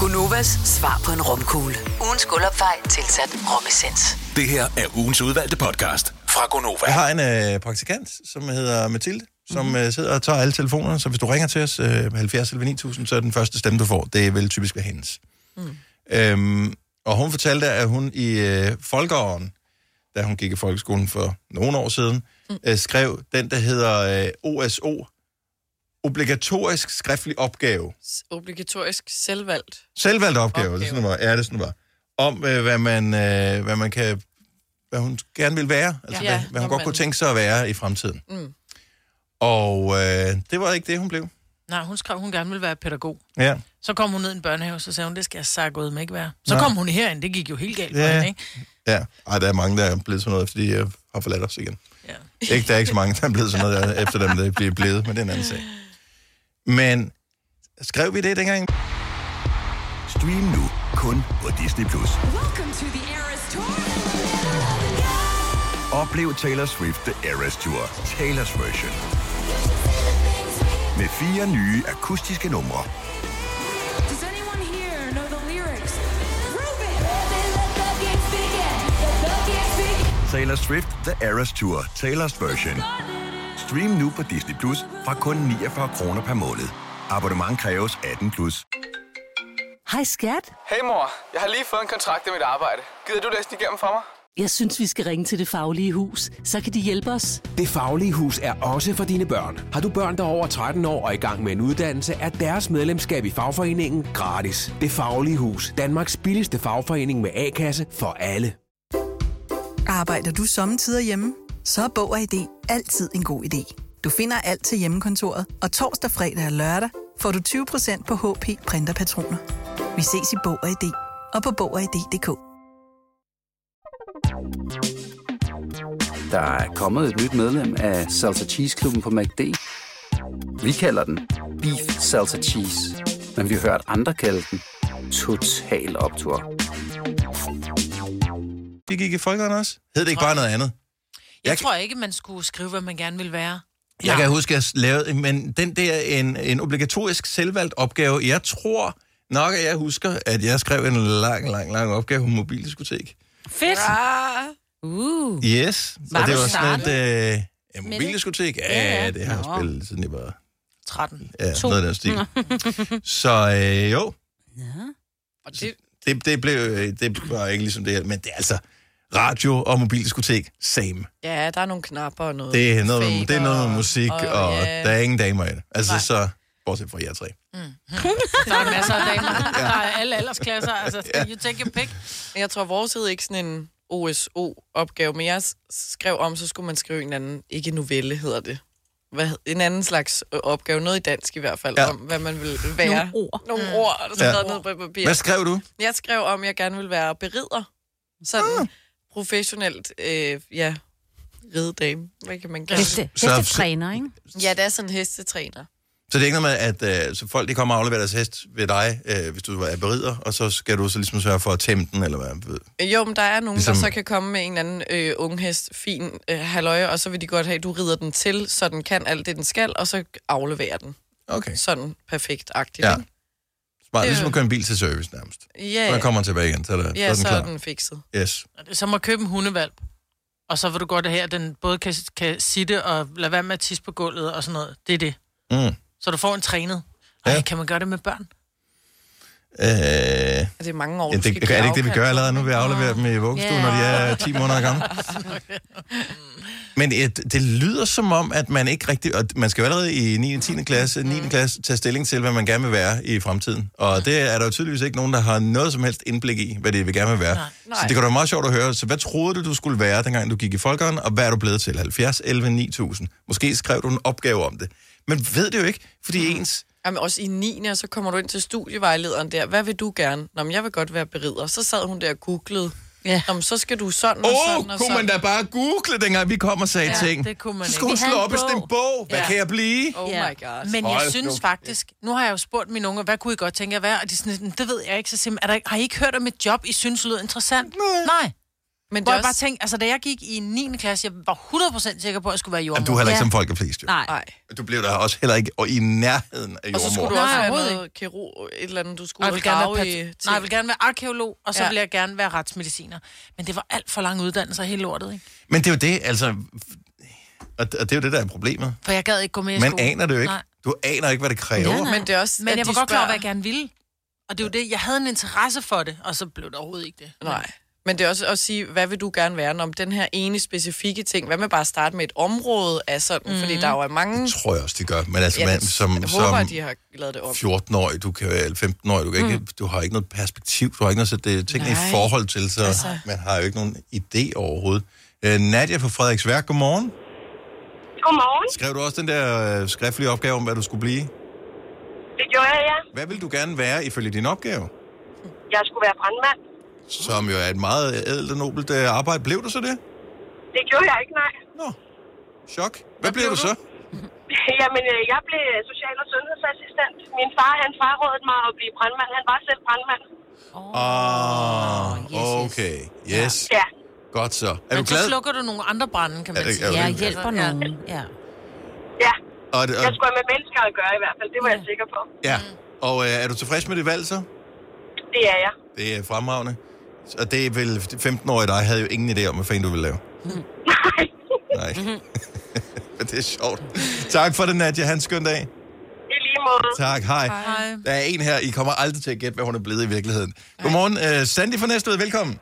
Speaker 5: Gunovas svar på en rumkugle. Ugens guldopfej tilsat romessens.
Speaker 9: Det her er ugens udvalgte podcast fra Gonova.
Speaker 2: Jeg har en øh, praktikant, som hedder Mathilde, som mm-hmm. øh, sidder og tager alle telefonerne, så hvis du ringer til os øh, 70 eller 9000, så er den første stemme, du får. Det vil typisk være hendes. Mm. Øhm, og hun fortalte, at hun i øh, folkeåren, da hun gik i folkeskolen for nogle år siden, mm. øh, skrev den, der hedder øh, OSO, obligatorisk skriftlig opgave,
Speaker 3: Obligatorisk selvvalgt.
Speaker 2: selvvalgt opgave, opgave.
Speaker 3: Opgave.
Speaker 2: Det sådan var, ja, det sådan var, om øh, hvad, man, øh, hvad man kan, hvad hun gerne vil være, altså
Speaker 3: Ja.
Speaker 2: ja, hvad,
Speaker 3: Når
Speaker 2: hvad hun godt
Speaker 3: man-
Speaker 2: kunne tænke sig at være i fremtiden.
Speaker 3: Mm.
Speaker 2: Og øh, det var ikke det, hun blev.
Speaker 1: Nej, hun skrev, hun gerne ville være pædagog.
Speaker 2: Ja.
Speaker 1: Så kom hun ned i en børnehave, så sagde hun, det skal jeg sagt ud med ikke være. Så
Speaker 2: Nej.
Speaker 1: kom hun herind, det gik jo helt galt for
Speaker 2: Ja.
Speaker 1: hende, ikke?
Speaker 2: Ja, Ej, der er mange, der er blevet sådan noget, efter de øh, har forladt os igen.
Speaker 1: Ja.
Speaker 2: Ikke, der er ikke så mange, der er blevet sådan noget, efter dem, der bliver blevet, men det er en anden sag. Men skrev vi det dengang?
Speaker 9: Stream nu kun på Disney+. Plus. Oplev Taylor Swift The Eras Tour, Taylor's version. Med fire nye akustiske numre. Taylor Swift The Eras Tour, Taylor's version. Stream nu på Disney Plus fra kun 49 kroner per måned. Abonnement kræves 18 plus.
Speaker 10: Hej skat.
Speaker 11: Hey mor, jeg har lige fået en kontrakt i mit arbejde. Gider du læse den igennem for mig?
Speaker 10: Jeg synes, vi skal ringe til Det Faglige Hus. Så kan de hjælpe os.
Speaker 12: Det Faglige Hus er også for dine børn. Har du børn, der er over 13 år og i gang med en uddannelse, er deres medlemskab i fagforeningen gratis. Det Faglige Hus. Danmarks billigste fagforening med A-kasse for alle.
Speaker 13: Arbejder du sommetider hjemme? Så er Bog og ID altid en god idé. Du finder alt til hjemmekontoret, og torsdag, fredag og lørdag får du 20% på HP printerpatroner. Vi ses i Bog og ID og på Bog og ID.dk.
Speaker 14: Der er kommet et nyt medlem af Salsa Cheese Klubben på MACD. Vi kalder den Beef Salsa Cheese, men vi har hørt andre kalde den Total Optor.
Speaker 2: Det gik i folkeren også. Hed det ikke bare noget andet?
Speaker 1: Jeg,
Speaker 2: Jeg
Speaker 1: jeg
Speaker 2: kan-
Speaker 1: tror ikke, man skulle skrive, hvad man gerne ville være.
Speaker 2: Jeg kan huske, at jeg lavede, men den der en, en obligatorisk selvvalgt opgave, jeg tror nok, at jeg husker, at jeg skrev en lang, lang, lang opgave på mobildiskotek.
Speaker 4: Fedt! Uh.
Speaker 2: Yes.
Speaker 4: Var
Speaker 2: og det
Speaker 4: du
Speaker 2: var sådan et øh, ja,
Speaker 4: det?
Speaker 2: mobildiskotek. Ja, ja, det har jeg spillet, siden jeg var
Speaker 1: 13.
Speaker 2: Ja,
Speaker 3: To.
Speaker 2: noget af den stil. Så øh, jo,
Speaker 3: Og det,
Speaker 2: det, det, blev, øh, det var ikke ligesom det her, men det er altså radio og mobildiskotek, same.
Speaker 3: ja, der er nogle knapper og noget.
Speaker 2: Det er noget, med,
Speaker 3: fader
Speaker 2: det er noget med musik, og, og
Speaker 3: ja.
Speaker 2: der er ingen damer i det. Altså
Speaker 3: Nej.
Speaker 2: så, bortset fra jer tre.
Speaker 1: Der er masser af damer. Der er alle aldersklasser. Altså,
Speaker 3: Ja.
Speaker 1: you take your pick.
Speaker 3: Men jeg tror, vores hed ikke sådan en OSO-opgave, men jeg s- skrev om, så skulle man skrive en anden, ikke novelle hedder det. Hvad, hed- en anden slags øh, opgave, noget i dansk i hvert fald,
Speaker 2: Ja.
Speaker 3: ja. om hvad man ville være.
Speaker 2: Nogle
Speaker 3: ord. Nogle ord, der
Speaker 2: Ja.
Speaker 3: skrev ned på et papir.
Speaker 2: Hvad skrev du?
Speaker 3: Jeg skrev om, at jeg gerne ville være berider. Sådan ah. professionelt, øh, ja, ridedame. Hvad kan man kalde
Speaker 4: Heste-
Speaker 2: Så-
Speaker 4: hestetræner, ikke?
Speaker 3: Ja, det er sådan en hestetræner.
Speaker 2: Så det er ikke noget med, at øh, så folk de kommer og afleverer deres hest ved dig, øh, hvis du er berider, og så skal du så ligesom sørge for at tæmme den, eller hvad? ved-
Speaker 3: Jo, men der er nogen, ligesom... der
Speaker 2: Ligesom-
Speaker 3: så kan komme med en eller anden øh, unghest, fin øh, halløje, og så vil de godt have, at du rider den til, så den kan alt det, den skal, og så afleverer den.
Speaker 2: Okay.
Speaker 3: Sådan perfekt-agtigt.
Speaker 2: Ja.
Speaker 3: ikke?
Speaker 2: Smart,
Speaker 3: Det-
Speaker 2: ligesom at køre en bil til service nærmest.
Speaker 3: Ja,
Speaker 2: Så
Speaker 3: ja.
Speaker 2: kommer den tilbage igen, så er, der,
Speaker 3: Ja,
Speaker 2: så
Speaker 3: så
Speaker 2: er
Speaker 3: er
Speaker 2: den klar.
Speaker 3: den fikset.
Speaker 2: Yes.
Speaker 1: Og det er Som at købe en hundevalp. Og så vil du godt have, at den både kan, kan sitte og lade være med at tisse på gulvet og sådan noget. Det er det.
Speaker 2: Mm.
Speaker 1: Så du får en trænet. Ej, ja. kan man gøre det med børn?
Speaker 2: Øh,
Speaker 3: Det er mange år,
Speaker 2: Ja, det, er det ikke det, vi gør allerede nu? Vi afleverer dem i vuggestuen,
Speaker 1: Ja.
Speaker 2: når de er 10 måneder gamle. Men et, det lyder som om, at man ikke rigtig... Og man skal jo allerede i 9. og 10. klasse, 9. klasse tage stilling til, hvad man gerne vil være i fremtiden. Og det er der jo tydeligvis ikke nogen, der har noget som helst indblik i, hvad det vil gerne vil være.
Speaker 15: Nej.
Speaker 2: Så det kan da være meget sjovt at høre. Så hvad troede du, du skulle være, dengang du gik i folkeren, og hvad er du blevet til? 70, 11, 9000. Måske skrev du en opgave om det. Men ved det jo ikke, fordi
Speaker 3: Mm.
Speaker 2: ens...
Speaker 3: Jamen, også i 9. og så kommer du ind til studievejlederen der. Hvad vil du gerne? Nå, men jeg vil godt være berider. Så sad hun der og googlede. Ja. Nå, men så skal du sådan og
Speaker 2: Åh,
Speaker 3: sådan
Speaker 2: oh,
Speaker 3: og
Speaker 2: kunne
Speaker 3: sådan.
Speaker 2: man da bare google, dengang vi kom og sagde
Speaker 1: Ja,
Speaker 2: ting.
Speaker 1: det kunne man
Speaker 2: så
Speaker 1: ikke.
Speaker 2: skulle hun
Speaker 1: Vi havde
Speaker 2: slå
Speaker 1: en
Speaker 2: op i sådan en bog. Hvad
Speaker 1: Ja.
Speaker 2: kan jeg blive?
Speaker 3: Oh
Speaker 1: Ja. Men jeg
Speaker 2: Hold
Speaker 1: synes
Speaker 2: nu.
Speaker 1: faktisk, nu har jeg jo spurgt mine unger, hvad kunne I godt tænke jer at være? Og de er sådan, lidt, "Men det ved jeg ikke. Så siger man, er der, ikke- har I ikke hørt om et job, I synes lød interessant? Nej. Nej.
Speaker 3: Men
Speaker 1: Hvor
Speaker 3: det er
Speaker 1: jeg bare
Speaker 3: også-
Speaker 1: tænkte, altså da jeg gik i 9. klasse, jeg var 100% sikker på, at jeg skulle være jordmor.
Speaker 2: Jamen, du er heller ikke som folk er flest, jo.
Speaker 1: Nej.
Speaker 2: Du blev der også heller ikke og i nærheden af jordmor.
Speaker 3: Og så skulle du også have noget kirurg, et eller andet, du
Speaker 1: Nej,
Speaker 3: skulle
Speaker 1: jeg vil gerne være,
Speaker 3: grave i.
Speaker 1: pat- nej, jeg vil gerne være arkeolog, og så
Speaker 3: Ja.
Speaker 1: ja. vil jeg gerne være retsmediciner. Men det var alt for lang uddannelse og hele lortet, ikke?
Speaker 2: Men det er jo det, altså... Og og det er jo det, der er problemet.
Speaker 1: For jeg gad ikke gå med i
Speaker 2: Man
Speaker 1: skole.
Speaker 2: aner det jo ikke.
Speaker 1: Nej.
Speaker 2: Du aner ikke, hvad det kræver.
Speaker 1: Ja, nej.
Speaker 3: Men det er også,
Speaker 1: Men
Speaker 3: at
Speaker 1: jeg
Speaker 3: de
Speaker 1: var godt klar
Speaker 3: spørger-
Speaker 1: over, hvad jeg gerne ville. Og det er jo det, jeg havde en interesse for det, og så blev det overhovedet ikke det.
Speaker 3: Nej. Men det er også at sige, hvad vil du gerne være om den her ene specifikke ting? Hvad med bare at starte med et område af sådan? Mm. Fordi
Speaker 1: Mhm.
Speaker 3: der jo er mange...
Speaker 2: Det tror jeg også, de gør. Men altså,
Speaker 3: Ja,
Speaker 2: ja, man,
Speaker 3: det-
Speaker 2: som,
Speaker 3: jeg
Speaker 2: som
Speaker 3: håber, at de har lavet det om.
Speaker 2: 14-årig, du kan, eller 15-årig, du, kan ikke,
Speaker 3: Mm.
Speaker 2: du har ikke noget perspektiv, du har ikke noget at sætte tingene
Speaker 3: Nej.
Speaker 2: i forhold til, så
Speaker 3: Altså.
Speaker 2: altså. man har jo ikke nogen idé overhovedet. Øh, Nadia fra Frederiksværk, godmorgen.
Speaker 7: Godmorgen.
Speaker 2: Skrev du også den der øh, skriftlige opgave om, hvad du skulle blive?
Speaker 7: Det gjorde jeg, ja.
Speaker 2: Hvad vil du gerne være ifølge din opgave?
Speaker 7: Jeg skulle være brandmand.
Speaker 2: Som jo er et meget ædelt og nobelt øh, arbejde. Blev du så det?
Speaker 7: Det gjorde jeg ikke, nej.
Speaker 2: Nå. Chok. Hvad, Hvad blev du så?
Speaker 7: Jamen, øh, jeg blev social- og sundhedsassistent. Min far, han frarådede mig at blive brandmand. Han var selv brandmand.
Speaker 2: Ah, okay. Yes.
Speaker 7: Ja.
Speaker 2: Godt så. Er du
Speaker 1: Men så
Speaker 2: glad?
Speaker 1: slukker du nogle andre brænde, kan
Speaker 2: Er
Speaker 1: man
Speaker 2: det-
Speaker 1: sige.
Speaker 2: er det-
Speaker 1: Ja,
Speaker 2: er det-
Speaker 1: hjælper nogen. Ja.
Speaker 2: Og, det-
Speaker 7: Jeg
Speaker 2: og,
Speaker 7: skulle have med mennesker at gøre i hvert fald. Det var jeg sikker på.
Speaker 2: ja. Og øh, er du tilfreds med det valg så?
Speaker 7: Det er jeg.
Speaker 2: Det er fremragende. Og det er vel 15-årige dig havde jo ingen idé om, hvad fanden du ville lave. Nej. Nej.
Speaker 1: Mhm.
Speaker 2: Men det er sjovt. Tak for det, Nadia. Han skøn dag.
Speaker 7: I lige måde.
Speaker 2: Tak. Hej.
Speaker 7: Hej.
Speaker 2: Der er en her, I kommer aldrig til at gætte, hvad hun er blevet i virkeligheden. Godmorgen. Uh, Sandy fra Næstved, velkommen.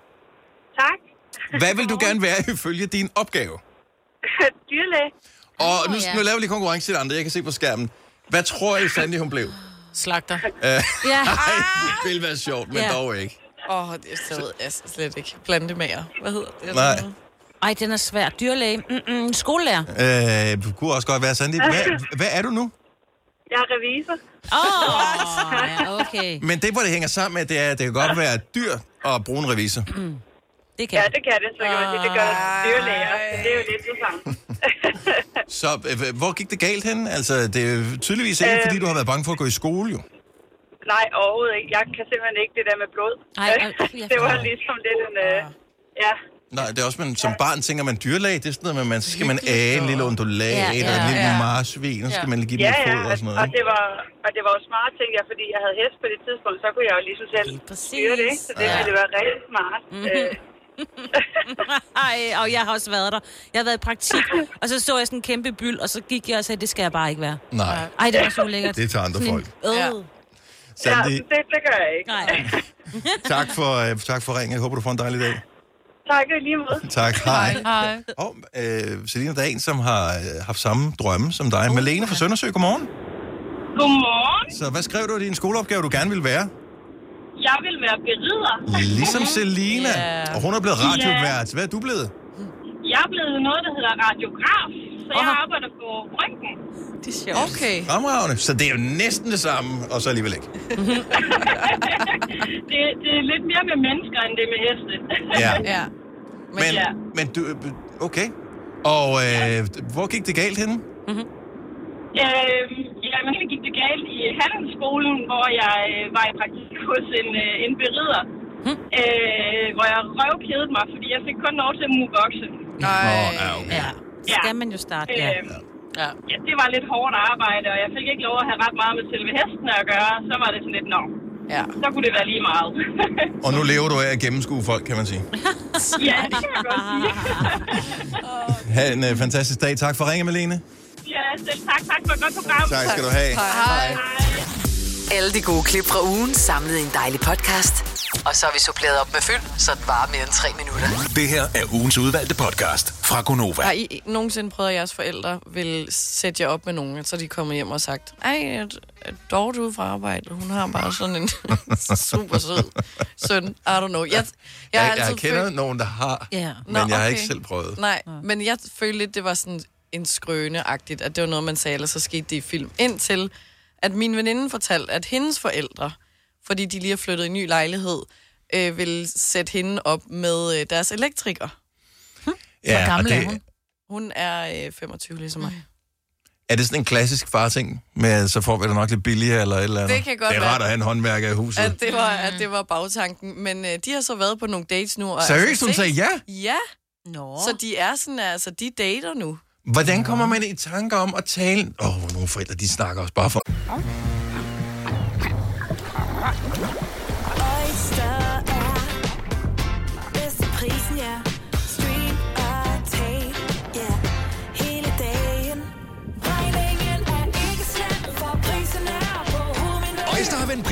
Speaker 7: Tak.
Speaker 2: Hvad vil du gerne være ifølge din opgave?
Speaker 7: Dyrlæge.
Speaker 2: Og
Speaker 7: Åh,
Speaker 2: nu,
Speaker 7: ja.
Speaker 2: nu laver vi lige konkurrence til andre, jeg kan se på skærmen. Hvad tror I, Sandy, hun blev?
Speaker 1: Slagter.
Speaker 2: Øh,
Speaker 1: Ja.
Speaker 2: det ville være sjovt, men
Speaker 3: Ja.
Speaker 2: dog ikke.
Speaker 3: Åh, oh, det er stadig altså, slet ikke. Plantemager. Hvad hedder det?
Speaker 2: Nej.
Speaker 4: Ej, den er svær. Dyrlæge. Mm-mm. Skolelærer.
Speaker 2: Øh, du kunne også godt være, Sandy. Hvad, hvad er du nu?
Speaker 7: Jeg er revisor.
Speaker 4: Åh, oh, ja, okay.
Speaker 2: Men det, hvor det hænger sammen med, det er, at det kan godt være dyrt at bruge en revisor.
Speaker 4: Det
Speaker 7: kan. Ja, det kan det, så kan man sige. Det gør dyrlæger. Så det er jo lidt det samme.
Speaker 2: Så øh, hvor gik det galt hen? Altså, det er jo tydeligvis ikke,
Speaker 7: Øh.
Speaker 2: fordi du har været bange for at gå i skole, jo.
Speaker 7: Nej, overhovedet ikke. Jeg kan simpelthen ikke det der med blod.
Speaker 4: Nej, jeg-
Speaker 7: det var ligesom lidt en... Øh, ja,
Speaker 2: Nej, det er også, man, som barn tænker man dyrlæge, det er sådan noget, men man, så skal man æge en lille undulat,
Speaker 7: Ja,
Speaker 2: ja, ja,
Speaker 7: ja,
Speaker 2: og en lille
Speaker 7: ja.
Speaker 2: marsvin, og så skal man lige give dem
Speaker 7: ja,
Speaker 2: lidt
Speaker 7: ja,
Speaker 2: fod og sådan
Speaker 7: Og,
Speaker 2: noget.
Speaker 7: det var, og det var jo smart, tænkte jeg, fordi jeg havde hest på det tidspunkt, så kunne jeg jo ligesom selv styre det, ikke? Så det
Speaker 4: Ja.
Speaker 7: ville være rigtig smart.
Speaker 4: Mhm.
Speaker 7: Øh,
Speaker 4: Ej, og jeg har også været der. Jeg har været i praktik, og så så jeg sådan en kæmpe byld, og så gik jeg og sagde, det skal jeg bare ikke være.
Speaker 2: Nej.
Speaker 4: Ej, det var så ulækkert.
Speaker 2: Det tager andre
Speaker 4: Sådan en-
Speaker 2: folk.
Speaker 4: Øh.
Speaker 2: Sandy,
Speaker 7: så det, det gør jeg ikke.
Speaker 4: Nej.
Speaker 2: tak for, øh, tak for ringen. Jeg håber, du får en dejlig dag.
Speaker 7: tak, og i lige måde.
Speaker 2: Tak, hej.
Speaker 7: Hej.
Speaker 2: Og øh, Selina, der er en, som har øh, haft samme drømme som dig. Malene fra Søndersø, godmorgen.
Speaker 7: Godmorgen.
Speaker 2: Så hvad skrev du i din skoleopgave, du gerne ville være?
Speaker 7: Jeg vil være berider. Mhm.
Speaker 2: Ligesom Selina. Og hun er blevet radiovært. Hvad er du blevet?
Speaker 7: Jeg er blevet noget, der hedder radiograf, så jeg arbejder på røntgen.
Speaker 3: Det er sjovt. Okay.
Speaker 2: Fremragende. Så det er jo næsten det samme, og så alligevel ikke.
Speaker 7: det, det er lidt mere med mennesker, end det er med heste.
Speaker 2: Ja.
Speaker 7: ja.
Speaker 2: Men, men du, øh, okay. Og øh, hvor gik det galt henne?
Speaker 7: Øh, jamen, så gik det galt i handelsskolen, hvor jeg øh, var i praktik hos en, øh, en berider. Hmm. Øh, hvor jeg røvkædede mig, fordi jeg fik kun lov til at move vokse.
Speaker 4: Ej. Ja. Skal man jo starte, ja.
Speaker 7: Øh, ja. ja. det var lidt hårdt arbejde, og jeg fik ikke lov at have ret meget med selve hesten at gøre. Så var det sådan lidt, nå, ja. så kunne det være lige meget.
Speaker 2: Og nu lever du af at gennemskue folk, kan man sige.
Speaker 7: ja, det kan jeg godt sige.
Speaker 2: Ha' en øh, fantastisk dag. Tak for ringen, Malene.
Speaker 7: Ja, selv tak. Tak for et godt program.
Speaker 2: Tak skal du have.
Speaker 7: Hej.
Speaker 5: Alle de gode klip fra ugen samlet i en dejlig podcast. Og så har vi suppleret op med fyld, så det varer mere end tre minutter.
Speaker 15: Det her er ugens udvalgte podcast fra Gonova.
Speaker 3: Har I nogensinde prøvet, at jeres forældre vil sætte jer op med nogen, så er de kommet hjem og sagt, ej, dog du er fra arbejde, hun har bare sådan en super sød søn. I don't know. Jeg, jeg, har
Speaker 2: Jeg, jeg
Speaker 3: altid
Speaker 2: kender
Speaker 3: følt-
Speaker 2: nogen, der har,
Speaker 3: Ja.
Speaker 2: men jeg har ikke selv prøvet.
Speaker 3: Nej, men jeg følte lidt, det var sådan en skrøne-agtigt, at det var noget, man sagde, eller så skete det i film. Indtil, at min veninde fortalte, at hendes forældre, fordi de lige har flyttet i en ny lejlighed, øh, ville sætte hende op med øh, deres elektriker. Hm?
Speaker 2: Ja, Hvor gammel og det- er
Speaker 3: hun?
Speaker 2: hun?
Speaker 3: Hun er øh, 25, ligesom mig.
Speaker 2: Er det sådan en klassisk farting med, så får vi det nok lidt billigere eller et eller andet?
Speaker 3: Det kan godt
Speaker 2: Det er
Speaker 3: være.
Speaker 2: rart at have en håndværker i huset.
Speaker 3: At det, var, at det var bagtanken. Men øh, de har så været på nogle dates nu. Og
Speaker 2: Seriøst, hun
Speaker 3: ses.
Speaker 2: sagde ja?
Speaker 3: Ja. Nå. Så de er sådan, altså, de dater nu.
Speaker 2: Hvordan kommer man i tanke om at tale... Åh, oh, nogle forældre, de snakker også bare for...
Speaker 16: Oyster er bedst til prisen, ja. Stream og tag, ja. Hele dagen. Regningen er ikke slem, for prisen er på hovedet.
Speaker 15: Øjster har vendt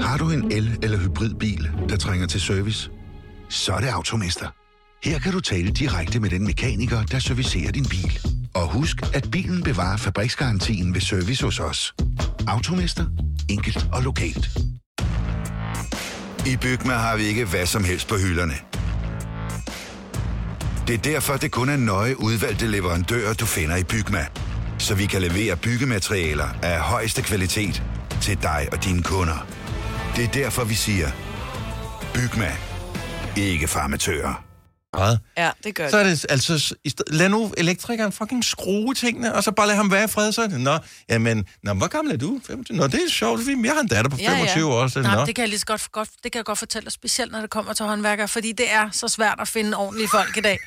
Speaker 17: Har du en el- eller hybridbil, der trænger til service? Så er det Automester. Her kan du tale direkte med den mekaniker, der servicerer din bil. Og husk, at bilen bevarer fabriksgarantien ved service hos os. Automester. Enkelt og lokalt.
Speaker 18: I Bygma har vi ikke hvad som helst på hylderne. Det er derfor, det kun er nøje udvalgte leverandører, du finder i Bygma. Så vi kan levere byggematerialer af højeste kvalitet til dig og dine kunder. Det er derfor, vi siger, Bygma. Ikke farmatører.
Speaker 2: Meget.
Speaker 3: Ja, det gør
Speaker 2: Så er det altså, s- i sted- lad nu elektrikeren fucking skrue tingene, og så bare lad ham være i fred. Så er det, nå, jamen, nå, hvor gammel er du? 25? Nå, det er sjovt, fordi jeg har en datter på 25 år. Så, er det,
Speaker 1: Nej,
Speaker 2: nå.
Speaker 1: men det kan jeg lige så godt, godt, det kan jeg godt fortælle dig, specielt når det kommer til håndværkere, fordi det er så svært at finde ordentlige folk i dag.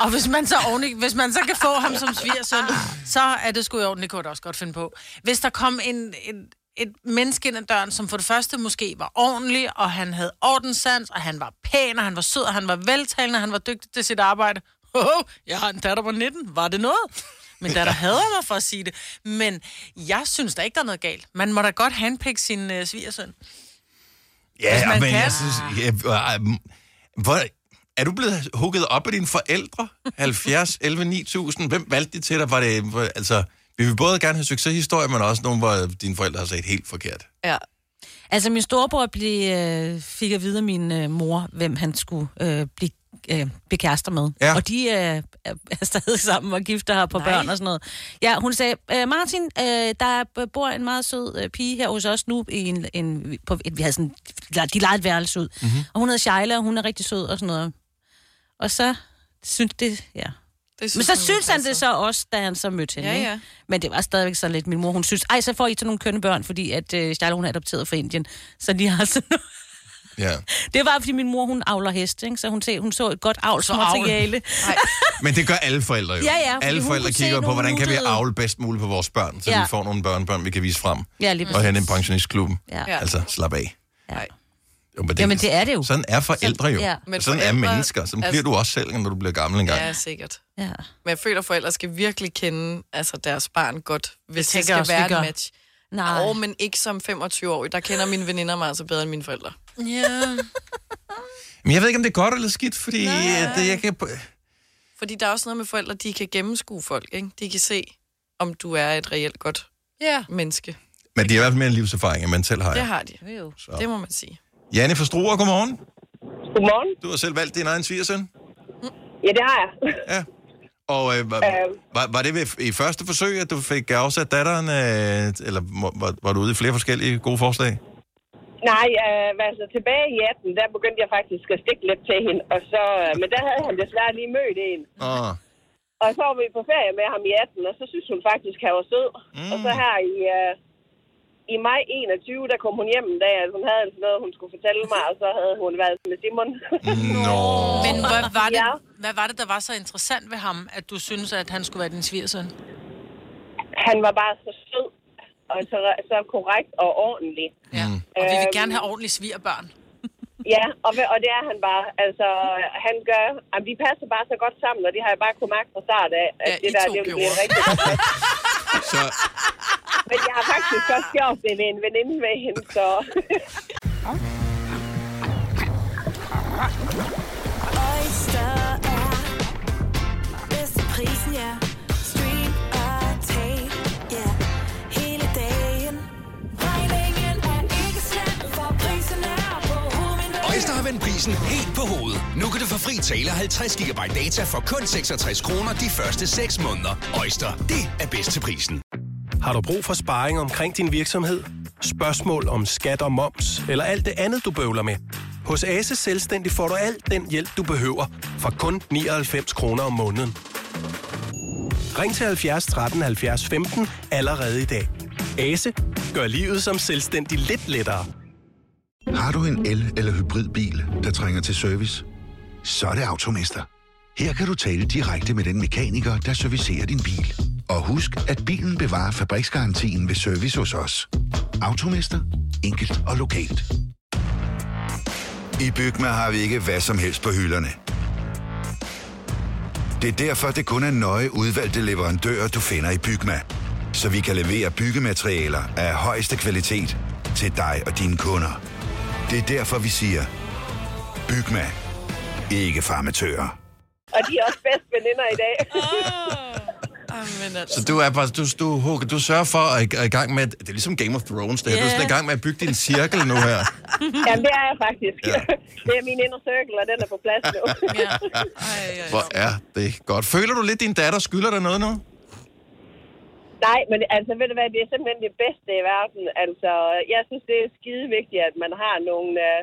Speaker 1: Og hvis man så, ordentlig, hvis man så kan få ham som svigersøn, så er det sgu i orden, det kunne jeg da også godt finde på. Hvis der kom en, en, et menneske ind ad døren, som for det første måske var ordentlig, og han havde ordenssans, og han var pæn, og han var sød, og han var veltalende, og han var dygtig til sit arbejde. Ho, ho, jeg har en datter på 19. Var det noget? Min datter hader mig for at sige det. Men jeg synes der ikke, der er noget galt. Man må da godt handpikke sin øh, svigersøn. Hvis
Speaker 2: Ja,
Speaker 1: man
Speaker 2: men kan.
Speaker 1: kan.
Speaker 2: jeg synes... Ja, øh, øh, hvor, er du blevet hugget op af dine forældre? 70, 11, 9000? Hvem valgte de til dig? Var det, hvor- altså, vi vil både gerne have succeshistorier, men også nogle, hvor dine forældre har set helt forkert.
Speaker 3: Ja.
Speaker 4: Altså, min storebror blev, øh, fik at vide af min øh, mor, hvem han skulle øh, blive, øh, blive kærester med.
Speaker 2: Ja.
Speaker 4: Og de øh, er er stadig sammen og gifter her på
Speaker 10: Nej.
Speaker 4: børn og sådan noget. Ja, hun sagde, øh, Martin, øh, der b- bor en meget sød øh, pige her hos os nu. I en, en, på, et- vi havde sådan, de lejede et værelse ud. Mm-hmm. Og hun hedder Sheila, og hun er rigtig sød og sådan noget. Og så synes det, ja. Det
Speaker 3: synes
Speaker 4: synes Men så
Speaker 3: hun
Speaker 4: synes han det så også, da han så mødte hende.
Speaker 3: Ja,
Speaker 4: Ja,
Speaker 3: ja.
Speaker 4: ja. Men det var stadigvæk så lidt. Min mor, hun synes, ej, så får I til nogle kønne børn, fordi at øh, Stjæle, hun er adopteret fra Indien. Så de har sådan noget.
Speaker 2: Ja.
Speaker 4: Det var, fordi min mor, hun avler heste, ikke? så hun, se, hun så et godt avlsmateriale.
Speaker 2: Men det gør alle forældre jo.
Speaker 4: Ja, ja, fordi
Speaker 2: alle
Speaker 4: hun
Speaker 2: forældre
Speaker 4: kunne se
Speaker 2: kigger på,
Speaker 4: nogle
Speaker 2: hvordan kan vi
Speaker 4: nuttede-
Speaker 2: avle bedst muligt på vores børn, så ja.
Speaker 4: Ja.
Speaker 2: vi får nogle børnebørn, vi kan vise frem.
Speaker 4: Ja, lige
Speaker 2: og
Speaker 4: præcis.
Speaker 2: hen i pensionistklubben.
Speaker 4: Ja.
Speaker 2: Ja. Altså, slap af.
Speaker 4: Ja.
Speaker 2: Jo, men
Speaker 4: Jamen, det er det jo.
Speaker 2: Sådan er forældre jo.
Speaker 3: Sådan- ja.
Speaker 2: Ja.
Speaker 3: Men
Speaker 2: Sådan er
Speaker 3: forældre-
Speaker 2: mennesker. Så bliver
Speaker 3: altså-
Speaker 2: du også selv, når du bliver gammel engang.
Speaker 3: Ja, sikkert.
Speaker 4: Ja.
Speaker 3: Men jeg føler, at forældre skal virkelig kende altså, deres barn godt, hvis det,
Speaker 1: tænker
Speaker 3: skal
Speaker 1: jeg også, vi
Speaker 3: være et
Speaker 1: gør.
Speaker 3: match.
Speaker 4: Nej.
Speaker 3: Og, men ikke som 25-årig. Der kender mine veninder mig altså bedre end mine forældre.
Speaker 1: Ja.
Speaker 2: Men jeg ved ikke, om det er godt eller skidt, fordi øh, det, jeg kan...
Speaker 3: Fordi der er også noget med forældre, de kan gennemskue folk, ikke? De kan se, om du er et reelt godt
Speaker 1: ja.
Speaker 3: menneske.
Speaker 2: Men de har i hvert fald mere livserfaring, end man selv har.
Speaker 3: Det
Speaker 2: Ja.
Speaker 3: har de. Jo. Det må man sige.
Speaker 2: Janne fra Struer, godmorgen.
Speaker 7: Godmorgen.
Speaker 2: Du har selv valgt din egen svigersøn.
Speaker 7: Ja, det har jeg. Øhm,
Speaker 2: Ja. Og øh, var, var, var det ved, i første forsøg, at du fik afsat datteren, øh, eller må- var, var du ude i flere forskellige gode forslag?
Speaker 7: Nej, øh, altså tilbage i 18, der begyndte jeg faktisk at stikke lidt til hende. Og så, øh, men der havde han desværre lige mødt en.
Speaker 2: Åh,
Speaker 7: Og så var vi på ferie med ham i 18, og så synes hun faktisk, at han var sød. Mm. Og så her i, øh, i maj 21, der kom hun hjem en dag, og hun havde altså noget, hun skulle fortælle mig, og så havde hun været med Simon.
Speaker 1: Men hvad var, det, hvad var det, der var så interessant ved ham, at du synes, at han skulle være din svigersøn?
Speaker 7: han var bare så sød, og så, så korrekt og ordentlig. Øhm,
Speaker 1: Ja. Og vi vil gerne have ordentlige svigerbørn.
Speaker 7: Ja, og, ve- og det er han bare. Altså, han gør... Jamen, vi passer bare så godt sammen, og det har jeg bare kunnet mærke fra start af. At ja, det der, det bliver rigtig godt.
Speaker 2: så,
Speaker 7: Men jeg har faktisk også gjort det med en veninde med hende, så...
Speaker 16: Oyster er bedst til prisen, ja. Stream og tag, ja. Hele dagen. Regningen er ikke slem, for prisen er på hovedet.
Speaker 15: Øjster har vendt prisen helt på hovedet. Nu kan du få fri tale 50 GB data for kun 66 kroner de første 6 måneder. Øjster, det er bedst til prisen.
Speaker 19: Har du brug for sparring omkring din virksomhed? Spørgsmål om skat og moms, eller alt det andet, du bøvler med? Hos Ase Selvstændig får du alt den hjælp, du behøver, for kun 99 kroner om måneden. Ring til 70 13 70 15 allerede i dag. Ase gør livet som selvstændig lidt lettere.
Speaker 17: Har du en el- eller hybridbil, der trænger til service? så er det Automester. Her kan du tale direkte med den mekaniker, der servicerer din bil. Og husk, at bilen bevarer fabriksgarantien ved service hos os. Automester. Enkelt og lokalt.
Speaker 18: I Bygma har vi ikke hvad som helst på hylderne. Det er derfor, det kun er nøje udvalgte leverandører, du finder i Bygma. Så vi kan levere byggematerialer af højeste kvalitet til dig og dine kunder. Det er derfor, vi siger, Bygma. Ikke farmatører.
Speaker 7: Og de er også bedste veninder i dag.
Speaker 3: Amen,
Speaker 2: Så du er bare, du, du, Hugo, du sørger for at at i gang med, at- det er ligesom Game of Thrones, det her. Yeah. Du er sådan i gang med at bygge din cirkel nu her.
Speaker 7: Jamen, det er jeg faktisk. Ja. Det er min inner circle, og den er på plads nu. ja.
Speaker 2: Hvor er det godt. Føler du lidt, din datter skylder dig noget nu?
Speaker 7: Nej, men altså, ved du hvad, det er simpelthen det bedste i verden. Altså, jeg synes, det er skide vigtigt, at man har nogle, øh,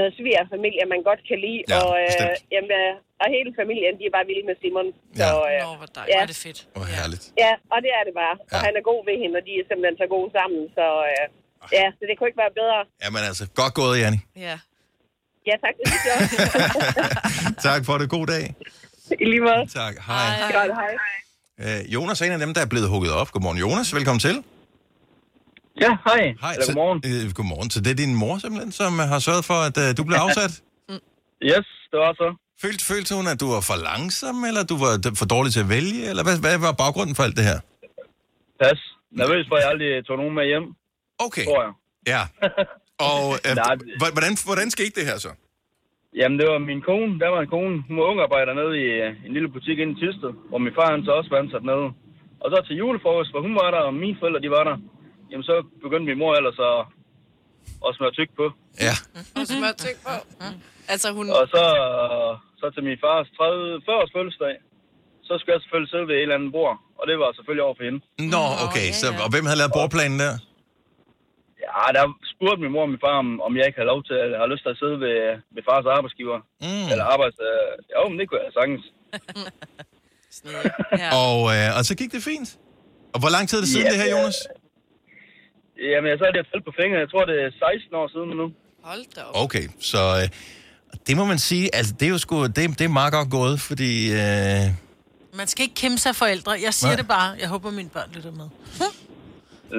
Speaker 7: noget svigerfamilie, man godt kan lide.
Speaker 2: Ja,
Speaker 7: og, øh,
Speaker 2: bestemt.
Speaker 7: jamen, øh, og hele familien, de er bare vilde med Simon. Så,
Speaker 2: Ja.
Speaker 7: øh,
Speaker 2: Nå,
Speaker 3: hvor
Speaker 7: dejligt. Ja.
Speaker 3: er det fedt.
Speaker 2: Hvor herligt.
Speaker 7: ja, og det er det bare. Ja. Og han er god ved hende, og de er simpelthen så gode sammen. Så øh, ja, så det kunne ikke være bedre.
Speaker 2: Jamen altså, godt gået, Janni.
Speaker 7: Ja. Ja, tak. Det synes jeg også.
Speaker 2: Tak for det. God dag.
Speaker 7: I lige måde.
Speaker 2: Tak. Hej.
Speaker 7: Godt, hej.
Speaker 2: Øh, Jonas er en af dem, der er blevet hugget op. Godmorgen, Jonas. Velkommen til.
Speaker 20: Ja, hej.
Speaker 2: Hej. Eller godmorgen. Så, øh, godmorgen. Så det er din mor simpelthen, som øh, har sørget for, at øh, du blev afsat?
Speaker 20: yes, det var så.
Speaker 2: Følte, følte hun, at du var for langsom, eller du var d- for dårlig til at vælge? Eller hvad, hvad var baggrunden for alt det her?
Speaker 20: Pas. Nervøs for, at jeg aldrig øh, tog nogen med hjem.
Speaker 2: Okay.
Speaker 20: Tror jeg.
Speaker 2: Ja. Og øh, h- hvordan, hvordan skete det her så?
Speaker 20: Jamen, det var min kone. Der var en kone. Hun var ungarbejder nede i øh, en lille butik inde i Tisted, hvor min far han så også var ansat nede. Og så til julefrokost, hvor hun var der, og mine forældre de var der, jamen så begyndte min mor ellers at, at smøre tyk på.
Speaker 3: Og smør tyk på. Altså, hun...
Speaker 20: Og så, øh, så til min fars 30, 40 års fødselsdag, så skulle jeg selvfølgelig sidde ved et eller andet bord. Og det var selvfølgelig over for hende.
Speaker 2: Nå, okay. Så, og hvem havde lavet bordplanen der?
Speaker 20: Ja, der spurgte min mor og min far, om, om jeg ikke havde lov til, eller har lyst til at sidde ved, ved fars arbejdsgiver.
Speaker 2: Mm.
Speaker 20: Eller arbejds... Øh, jo, men det kunne jeg sagtens.
Speaker 2: Ja. Og, øh, og så gik det fint. Og hvor lang tid er det siden
Speaker 20: Ja,
Speaker 2: det her,
Speaker 20: det er-
Speaker 2: Jonas?
Speaker 20: Jamen, jeg så det talt på fingre. Jeg tror, det er 16 år siden nu.
Speaker 3: Hold da op.
Speaker 2: Okay, så øh, det må man sige, altså det er jo sgu, det, det er meget godt gået, fordi... Øh,
Speaker 1: Man skal ikke kæmpe sig forældre. Jeg siger Nej.
Speaker 2: Nej.
Speaker 1: det bare. Jeg håber, mine børn lytter med.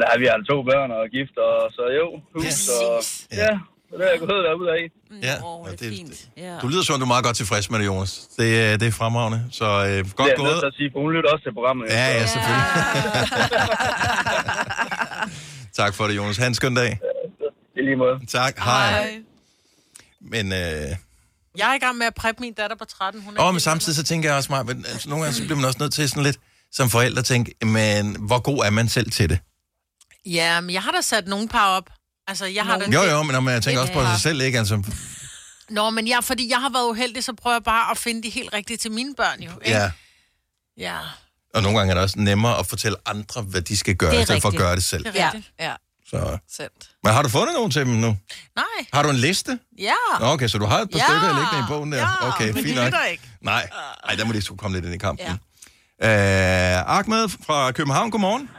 Speaker 20: Nej, vi har to børn og er gift, og så jo, hus, og... Ja, så det er jeg gået derude af.
Speaker 3: Mm,
Speaker 2: ja, og det,
Speaker 20: Ja.
Speaker 2: du lyder som, om, du er meget godt tilfreds med det, Jonas. Det, øh, det er fremragende, så øh, godt
Speaker 20: det er jeg nødt
Speaker 2: gået.
Speaker 20: til at sige, for hun lytter også til programmet. jo,
Speaker 2: Ja,
Speaker 20: så-
Speaker 2: ja, selvfølgelig. tak for det, Jonas. Ha' en skøn dag.
Speaker 20: I lige måde.
Speaker 2: Tak, hej. hej. Men, øh,
Speaker 1: Jeg er i gang med at preppe min datter på 13. Hun er
Speaker 2: og, men samtidig så tænker jeg også mig, men, altså, nogle gange så bliver man også nødt til sådan lidt, som forældre tænke, men hvor god er man selv til det?
Speaker 1: Ja, men jeg har da sat nogle par op. Altså, jeg har da...
Speaker 2: Jo, jo, men når man tænker også på sig selv, ikke? Altså,
Speaker 1: Nå, men jeg, fordi jeg har været uheldig, så prøver jeg bare at finde de helt rigtige til mine børn, jo. Ikke?
Speaker 2: ja.
Speaker 1: Ja.
Speaker 2: Og nogle gange er det også nemmere at fortælle andre, hvad de skal gøre, i stedet for at gøre det selv.
Speaker 1: Det er rigtigt.
Speaker 3: Ja. ja.
Speaker 2: Så.
Speaker 3: Sandt.
Speaker 2: Men har du fundet nogen til dem nu?
Speaker 1: Nej.
Speaker 2: Har du en liste?
Speaker 1: Ja.
Speaker 2: Nå, okay, så du har et par
Speaker 1: Ja.
Speaker 2: stykker liggende i bogen der?
Speaker 1: Ja,
Speaker 2: okay,
Speaker 1: men de
Speaker 2: fint nok.
Speaker 1: lytter ikke.
Speaker 2: Nej, Ej, der må de sgu komme lidt ind i kampen. Ja. Øh, Ahmed fra København, godmorgen.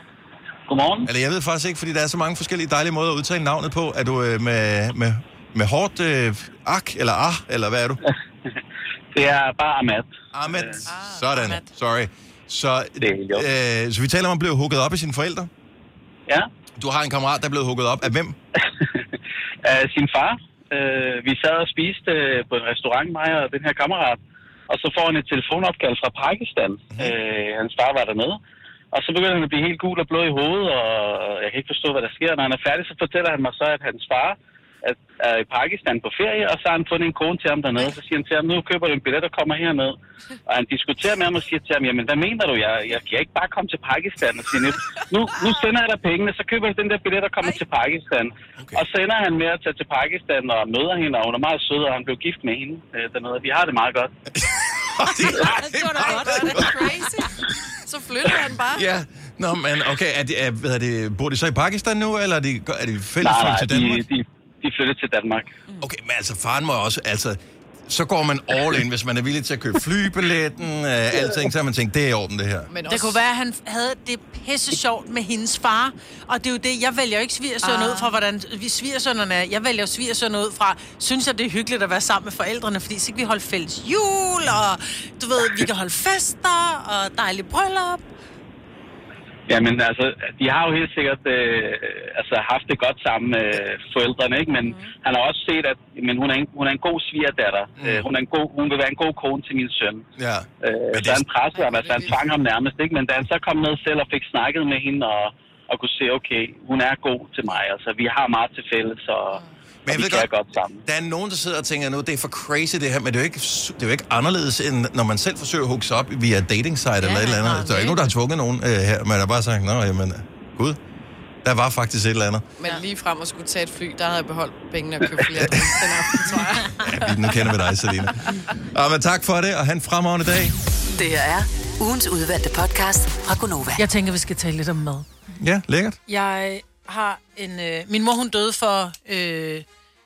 Speaker 20: Godmorgen.
Speaker 2: Eller jeg ved faktisk ikke, fordi der er så mange forskellige dejlige måder at udtale navnet på. Er du øh, med, med, med hårdt øh, ak, eller ah, eller hvad er du?
Speaker 20: Det er bare Ahmed. Øh.
Speaker 2: Ahmed.
Speaker 1: Ah,
Speaker 2: Sådan, sorry. Så, øh, så vi taler om at blive hugget op af sine forældre?
Speaker 20: Ja.
Speaker 2: øh, Du har en kammerat, der er blevet hugget op af hvem?
Speaker 20: af sin far. Øh, vi sad og spiste øh, på en restaurant, mig og den her kammerat. Og så får han et telefonopkald fra Pakistan. Øh, hans far var dernede. Og så begynder han at blive helt gul og blå i hovedet, og jeg kan ikke forstå, hvad der sker. Når han er færdig, så fortæller han mig så, at hans far er, er i Pakistan på ferie, og så har han fundet en kone til ham dernede. Så siger han til ham, nu køber du en billet og kommer herned. Og han diskuterer med ham og siger til ham, jamen hvad mener du? Jeg, jeg kan ikke bare komme til Pakistan. Og siger, "Nu- nu, nu sender jeg dig pengene, så køber du den der billet og kommer til Pakistan. Okay. Og så ender han med at tage til Pakistan og møder hende, og hun er meget sød, og han blev gift med hende øh, dernede. Vi har det meget godt.
Speaker 3: Det var da godt. Det er crazy. Så flytter han bare.
Speaker 1: Ah.
Speaker 2: Ja. Nå, men okay, er de, er, hvad er det, bor de så i Pakistan nu, eller er de, er de fælles
Speaker 20: Nej,
Speaker 2: folk
Speaker 20: nej,
Speaker 2: til
Speaker 20: de-
Speaker 2: Danmark?
Speaker 20: de, de flyttede til Danmark.
Speaker 2: Okay, men altså, faren må jo også, altså, Så går man all in, hvis man er villig til at købe flybilletten, øh, alting, så har man tænkt, det er i orden, det her.
Speaker 1: Men også... Det kunne være, at han havde det pisse sjovt med hendes far. Og det er jo det, jeg vælger jo ikke svigersøn ah. ud fra, hvordan vi svigersønnerne er. Jeg vælger jo svigersøn ud fra, synes jeg, det er hyggeligt at være sammen med forældrene, fordi så kan vi holde fælles jul, og du ved, vi kan holde fester, og dejlige bryllup.
Speaker 20: Jamen altså, de har jo helt sikkert øh, altså, haft det godt sammen med øh, forældrene, ikke? Men mm. han har også set, at men hun, er en, hun er en god svigerdatter. Mm. Øh, hun, er en god, hun vil være en god kone til min søn.
Speaker 2: Ja.
Speaker 20: Øh,
Speaker 2: Men
Speaker 20: så han pressede ham, altså han tvang ham nærmest, ikke? Men da han så kom ned selv og fik snakket med hende og, og kunne se, okay, hun er god til mig. Altså, vi har meget til fælles, og, og vi kan godt. godt sammen.
Speaker 2: Der er nogen, der sidder og tænker, nu det er for crazy det her, men det er jo ikke, det er jo ikke anderledes, end når man selv forsøger at hooke sig op via dating site ja, eller et eller andet. Der er jo ikke nogen, der har tvunget nogen øh, her, man har bare sagt, nej, jamen, gud, der var faktisk et eller andet.
Speaker 3: Men lige frem og skulle tage et fly, der havde jeg beholdt pengene og købt flere drinks den aften, tror jeg.
Speaker 2: Ja, nu kender vi dig, Selina. Og men tak for det, og han fremragende dag.
Speaker 5: Det her er ugens udvalgte podcast fra Gonova.
Speaker 1: Jeg tænker, vi skal tale lidt om mad.
Speaker 2: Ja, lækkert.
Speaker 1: Jeg har en... Øh, min mor, hun døde for øh,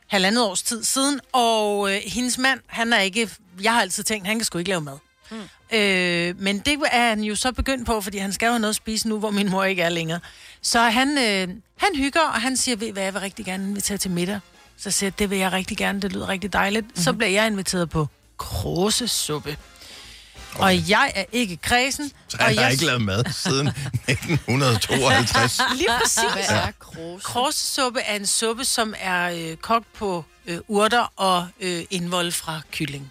Speaker 1: halvandet års tid siden, og øh, hendes mand, han er ikke... Jeg har altid tænkt, han kan sgu ikke lave mad. Mm. Øh, men det er han jo så begyndt på, fordi han skal jo have noget at spise nu, hvor min mor ikke er længere. Så han, øh, han hygger, og han siger, ved I hvad, jeg vil rigtig gerne invitere til middag. Så siger jeg, det vil jeg rigtig gerne, det lyder rigtig dejligt. Mm-hmm. Så
Speaker 2: Mhm.
Speaker 1: bliver jeg inviteret på kråsesuppe. Okay. Og jeg er ikke kredsen.
Speaker 2: Så
Speaker 1: og
Speaker 2: han har
Speaker 1: jeg
Speaker 2: ikke lavet mad siden 1952.
Speaker 1: Lige præcis.
Speaker 2: Hvad er
Speaker 1: krose? Krosesuppe er en suppe, som er øh, kogt på øh, urter og øh, indvold fra kylling.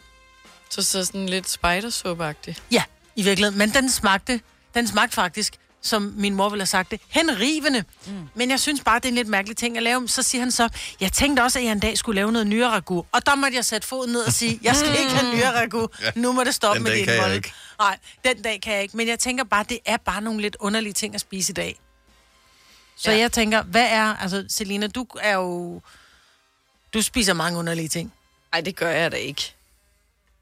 Speaker 3: Så, så sådan lidt spidersuppe-agtigt.
Speaker 1: Ja, i virkeligheden. Men den smagte, den smagte faktisk, som min mor ville have sagt det, henrivende. Mm. Men jeg synes bare, det er en lidt mærkelig ting at lave. Så siger han så, jeg tænkte også, at jeg en dag skulle lave noget nyreragu. Og der måtte jeg sætte foden ned og sige, jeg skal ikke have nyreragu.
Speaker 2: Ja.
Speaker 1: Nu må det stoppe
Speaker 2: Mm. Den
Speaker 1: med
Speaker 2: dag
Speaker 1: det
Speaker 2: kan jeg
Speaker 1: indhold.
Speaker 2: ikke.
Speaker 1: Nej, den dag kan jeg ikke. Men jeg tænker bare, det er bare nogle lidt underlige ting at spise i dag. Så ja. jeg tænker, hvad er... Altså, Selina, du er jo... Du spiser mange underlige ting.
Speaker 3: Nej, det gør jeg da ikke.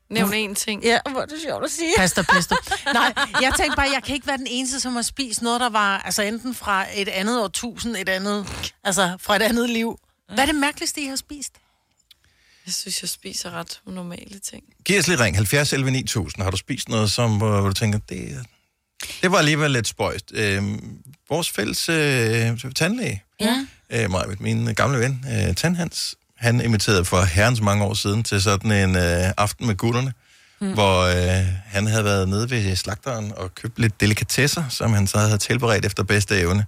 Speaker 3: Nævn en ting.
Speaker 4: Ja, hvor er det sjovt at sige.
Speaker 1: Pasta, pesto. Nej, jeg tænkte bare, jeg kan ikke være den eneste, som har spist noget, der var altså enten fra et andet årtusind, et andet, altså fra et andet liv. Hvad er det mærkeligste, I har spist?
Speaker 3: Jeg synes, jeg spiser ret normale ting.
Speaker 2: Giv os lige ring, 70 11 9000. Har du spist noget, som, hvor, hvor du tænker, det, er- det var alligevel lidt spøjst. Øh, vores fælles øh, tandlæge,
Speaker 4: Ja.
Speaker 2: øh, mig, med min gamle ven, øh, Tandhans, han inviterede for herrens mange år siden til sådan en øh, aften med gutterne, mm. hvor øh, han havde været nede ved slagteren og købt lidt delikatesser, som han så havde tilberedt efter bedste evne.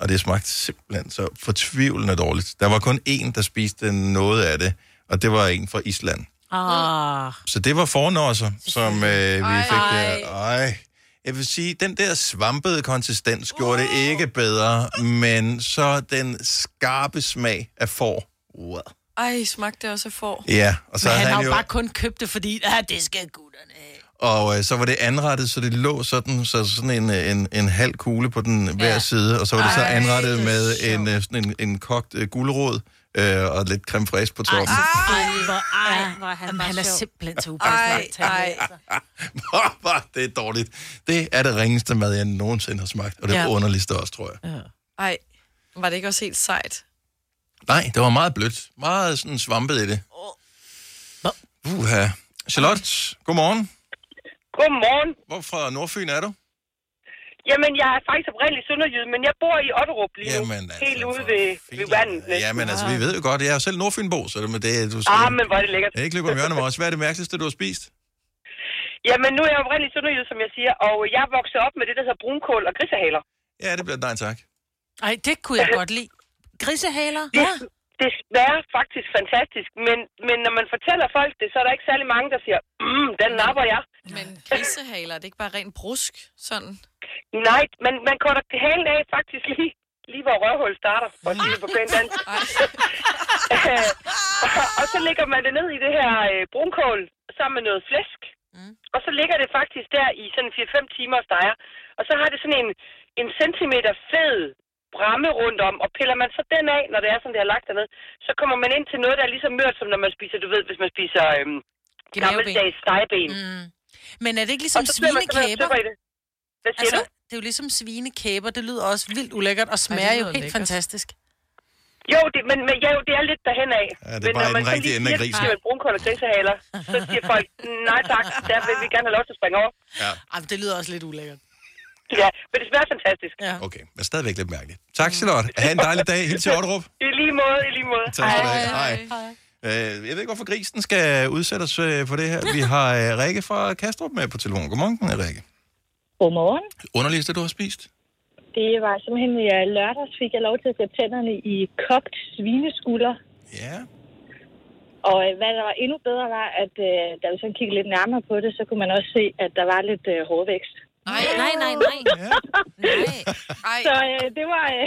Speaker 2: Og det smagte simpelthen så fortvivlende dårligt. Der var kun én, der spiste noget af det, og det var en fra Island.
Speaker 1: Ah.
Speaker 2: Så det var fornåser, som øh, vi ej, fik der. Ej. Jeg vil sige, den der svampede konsistens gjorde det ikke bedre, men så den skarpe smag af får. Wow.
Speaker 3: Ej, smagte det også af får.
Speaker 2: Ja, og så
Speaker 1: Men han,
Speaker 2: havde
Speaker 1: har
Speaker 2: han
Speaker 1: jo
Speaker 2: jo-
Speaker 1: bare kun købt det, fordi, ja, det skal gud.
Speaker 2: Og øh, så var det anrettet, så det lå sådan, så sådan en, øh, en, en halv kugle på den hver
Speaker 15: Ja.
Speaker 2: side, og så var det så
Speaker 15: Ej,
Speaker 2: anrettet med en, øh, sådan en, en kogt øh, gulerod øh, og lidt creme fraiche på toppen.
Speaker 1: Ej, hvor, ej, hvor er han, Jamen, han er simpelthen så upassende. Ej, ej.
Speaker 2: Hvor var det dårligt. Det er det ringeste mad, jeg nogensinde har smagt, og det
Speaker 3: Ja.
Speaker 2: ja. underligste også, tror jeg.
Speaker 3: Ej, var det ikke også helt sejt?
Speaker 2: Nej, det var meget blødt. Meget sådan svampet i det. Uha. Charlotte, godmorgen.
Speaker 21: Godmorgen.
Speaker 2: Hvor fra Nordfyn er du?
Speaker 21: Jamen, jeg er faktisk oprindelig sønderjyde, men jeg bor i Otterup lige nu.
Speaker 2: Jamen, altså,
Speaker 21: helt ude ved, ved vandet. næsten.
Speaker 2: Ja, men altså, vi ved jo godt, jeg er jo selv Nordfynbo, så det med det, du
Speaker 21: Ah, men hvor er det lækkert.
Speaker 2: Jeg er ikke løbe om hjørnet med os. Hvad er det mærkeligste, du har spist?
Speaker 21: Jamen, nu er jeg oprindelig sønderjyde, som jeg siger, og jeg er vokset op med det, der hedder brunkål og grisehaler.
Speaker 2: Ja, det bliver nej tak.
Speaker 1: Ej, det kunne jeg godt lide. Grisehaler?
Speaker 21: Ja. Det smager faktisk fantastisk, men, men når man fortæller folk det, så er der ikke særlig mange, der siger, mm, den napper jeg.
Speaker 3: Men grisehaler, det er ikke bare ren brusk, sådan?
Speaker 21: Nej, man, man korter halen af faktisk lige, lige hvor røvhul starter, for at sige
Speaker 3: Ah,
Speaker 21: det på pænt dansk. Øh, og- og så lægger man det ned i det her øh, brunkål sammen med noget flæsk. Mm. Og så ligger det faktisk der i sådan 4-5 timer og steger. Og så har det sådan en, en centimeter fed bramme rundt om, og piller man så den af, når det er sådan, det har lagt dernede, så kommer man ind til noget, der er lige så mørt, som når man spiser, du ved, hvis man spiser øhm, gammeldags stegeben. Mm.
Speaker 1: Men er det ikke ligesom
Speaker 21: Og så bliver man simpelthen
Speaker 1: svinekæber?
Speaker 21: støber i det. Hvad siger
Speaker 1: altså,
Speaker 21: du?
Speaker 1: det er jo ligesom svinekæber. Det lyder også vildt ulækkert og smager
Speaker 21: Ej, det
Speaker 1: jo
Speaker 21: lyder
Speaker 1: helt
Speaker 21: lækkert.
Speaker 1: fantastisk.
Speaker 7: Jo, det, men, men ja, jo, det er lidt derhen af.
Speaker 2: Ja, det
Speaker 7: men
Speaker 2: er bare i den
Speaker 7: så
Speaker 2: rigtige
Speaker 7: lige
Speaker 2: ende af
Speaker 7: siger, at
Speaker 2: grisen.
Speaker 7: Det er jo brunkål og grisehaler. Så siger folk, nej tak, der vil vi gerne have lov til at springe over.
Speaker 2: Ja.
Speaker 1: Ej, men det lyder også lidt ulækkert.
Speaker 7: Ja, men det smager fantastisk.
Speaker 1: Ja.
Speaker 2: Okay, men stadigvæk lidt mærkeligt. Tak, Charlotte. Ha' en dejlig dag. Helt til Otterup.
Speaker 7: I lige måde, i lige måde.
Speaker 2: Tak skal du have. Hej. Øh, jeg ved ikke, hvorfor grisen skal udsættes øh, for det her. Vi har øh, Rikke fra Kastrup med på telefonen. Godmorgen, Rikke.
Speaker 22: Godmorgen.
Speaker 2: Underligste, du har spist?
Speaker 22: Det var simpelthen, at jeg lørdags fik jeg lov til at sætte tænderne i kogt svineskulder.
Speaker 2: Ja.
Speaker 22: Og øh, hvad der var endnu bedre var, at øh, da vi sådan kiggede lidt nærmere på det, så kunne man også se, at der var lidt øh, hårvækst.
Speaker 3: Nej, nej, nej, nej.
Speaker 22: Ej. Så øh, det var øh,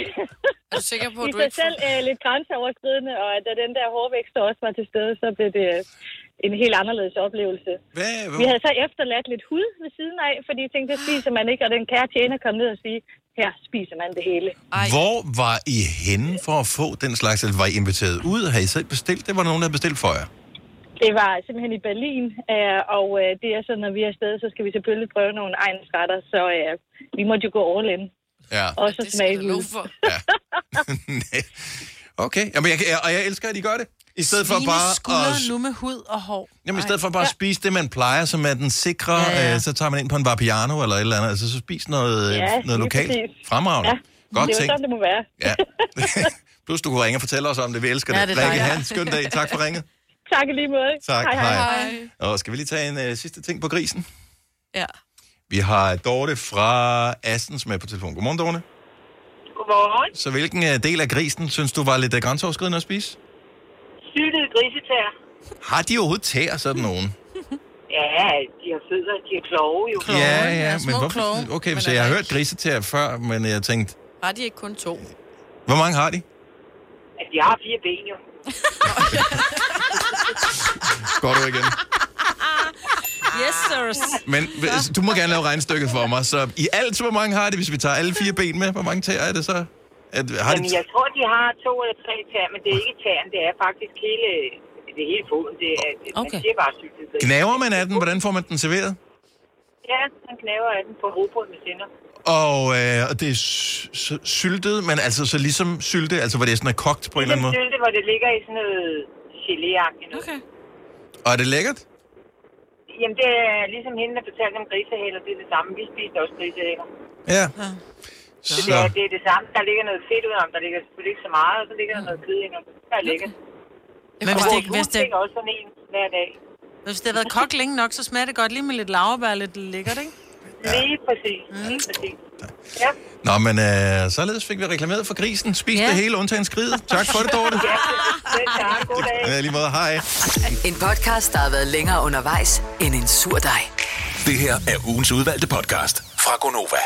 Speaker 3: Er du sikker på, at
Speaker 22: i
Speaker 3: du
Speaker 22: sig
Speaker 3: ikke får...
Speaker 22: selv øh, lidt grænseoverskridende, og da den der hårvækst også var til stede, så blev det øh, en helt anderledes oplevelse.
Speaker 2: Hvad?
Speaker 22: Vi havde så efterladt lidt hud ved siden af, fordi jeg tænkte, det spiser man ikke, og den kære tjener kom ned og sige, her spiser man det hele.
Speaker 2: Ej. Hvor var I henne for at få den slags? Eller var I inviteret ud? Har I selv bestilt det? Var der nogen, der havde bestilt for jer?
Speaker 22: Det var simpelthen i Berlin, øh, og øh, det er sådan, når vi er afsted, så skal vi selvfølgelig prøve nogle egensretter, så øh, vi måtte jo gå all in.
Speaker 2: Ja.
Speaker 22: Og så smage ud.
Speaker 2: Okay, Jamen, jeg, kan- jeg, og jeg elsker, at I gør det. I stedet for bare
Speaker 1: Svineskulder
Speaker 2: at,
Speaker 1: nu med hud og hår.
Speaker 2: jamen, i stedet for bare at spise det, man plejer, som er den sikre, ja,
Speaker 1: Ja,
Speaker 2: ja.
Speaker 1: ja.
Speaker 2: Øh, så tager man ind på en Vapiano eller et eller andet, altså så spis noget,
Speaker 22: Ja,
Speaker 2: ja,
Speaker 22: lige
Speaker 2: noget lokalt
Speaker 22: præcis.
Speaker 2: fremragende. Ja, Godt
Speaker 22: det er jo
Speaker 2: tænkt.
Speaker 22: sådan, det må være.
Speaker 2: Ja. Plus, du kunne ringe og fortælle os om det. Vi elsker det.
Speaker 22: Ja, det er
Speaker 2: Rikke,
Speaker 22: dejligt.
Speaker 2: have en skøn dag. Tak for ringet.
Speaker 22: Tak i lige måde.
Speaker 2: Tak,
Speaker 22: Hej, hej,
Speaker 2: hej.
Speaker 22: hej.
Speaker 2: Og skal vi lige tage en øh, sidste ting på grisen?
Speaker 3: Ja.
Speaker 2: Vi har Dorte fra Assens med på telefon. Godmorgen, Dorte.
Speaker 7: Godmorgen.
Speaker 2: Så hvilken øh, del af grisen synes du var lidt øh, grænseoverskridende at spise?
Speaker 7: Syltede grisetær.
Speaker 2: Har de overhovedet tæer sådan nogen?
Speaker 7: Ja, de har fødder, de er kloge jo.
Speaker 2: ja, ja, men hvorfor? Okay, så jeg har hørt grisetæer før, men jeg tænkte,
Speaker 3: Har de ikke kun to?
Speaker 2: hvor mange har de?
Speaker 7: At de Altså, har fire ben jo.
Speaker 2: Går du igen?
Speaker 4: Yes, sirs.
Speaker 2: Men hvis- du må gerne lave regnstykket for mig, så i alt, hvor mange har de, hvis vi tager alle fire ben med? Hvor mange tæer er det så? At, har de
Speaker 7: Jamen, jeg tror, de har to eller tre tær, men det er ikke tæren, det er faktisk hele, det er hele foden. Det er, okay.
Speaker 2: Okay.
Speaker 7: Man siger bare syltede gris.
Speaker 2: Gnaver man af den? Hvordan får man den serveret?
Speaker 7: Ja, han gnaver af den på hovedbrød med sinder.
Speaker 2: Og, øh, og det er sy- sy- syltet, men altså så ligesom sylte, altså hvor det er sådan er kogt på en eller anden måde.
Speaker 7: Sylte, hvor det ligger i sådan noget gelé-agtigt noget. Okay.
Speaker 2: Og er det lækkert?
Speaker 7: Jamen, det er ligesom hende, der fortalte om grisehæler, det er det samme. Vi spiste også grisehæler.
Speaker 2: Ja.
Speaker 7: Så. Det, er,
Speaker 2: Så,
Speaker 7: det er det samme. Der ligger noget fedt udenom, der ligger selvfølgelig ikke så meget, og så ligger der noget kød indenom. Der er lækkert.
Speaker 1: Men hvis det ikke- hvis det-
Speaker 7: Jeg også sådan en hver dag.
Speaker 1: Hvis det har været kogt længe nok, så smager det godt lige med lidt laverbær og lidt lækkert, ikke? Mm.
Speaker 7: Lige præcis. Lige præcis. Ja.
Speaker 2: nå, men øh, således fik vi reklameret for grisen. Spis
Speaker 5: Ja.
Speaker 2: det hele, undtagen skridet. Tak for det, Dorte.
Speaker 7: Selv tak. God dag.
Speaker 2: Ja, lige måde, hej.
Speaker 5: En podcast, der har været længere undervejs end en sur dej.
Speaker 15: Det her er ugens udvalgte podcast fra Gonova.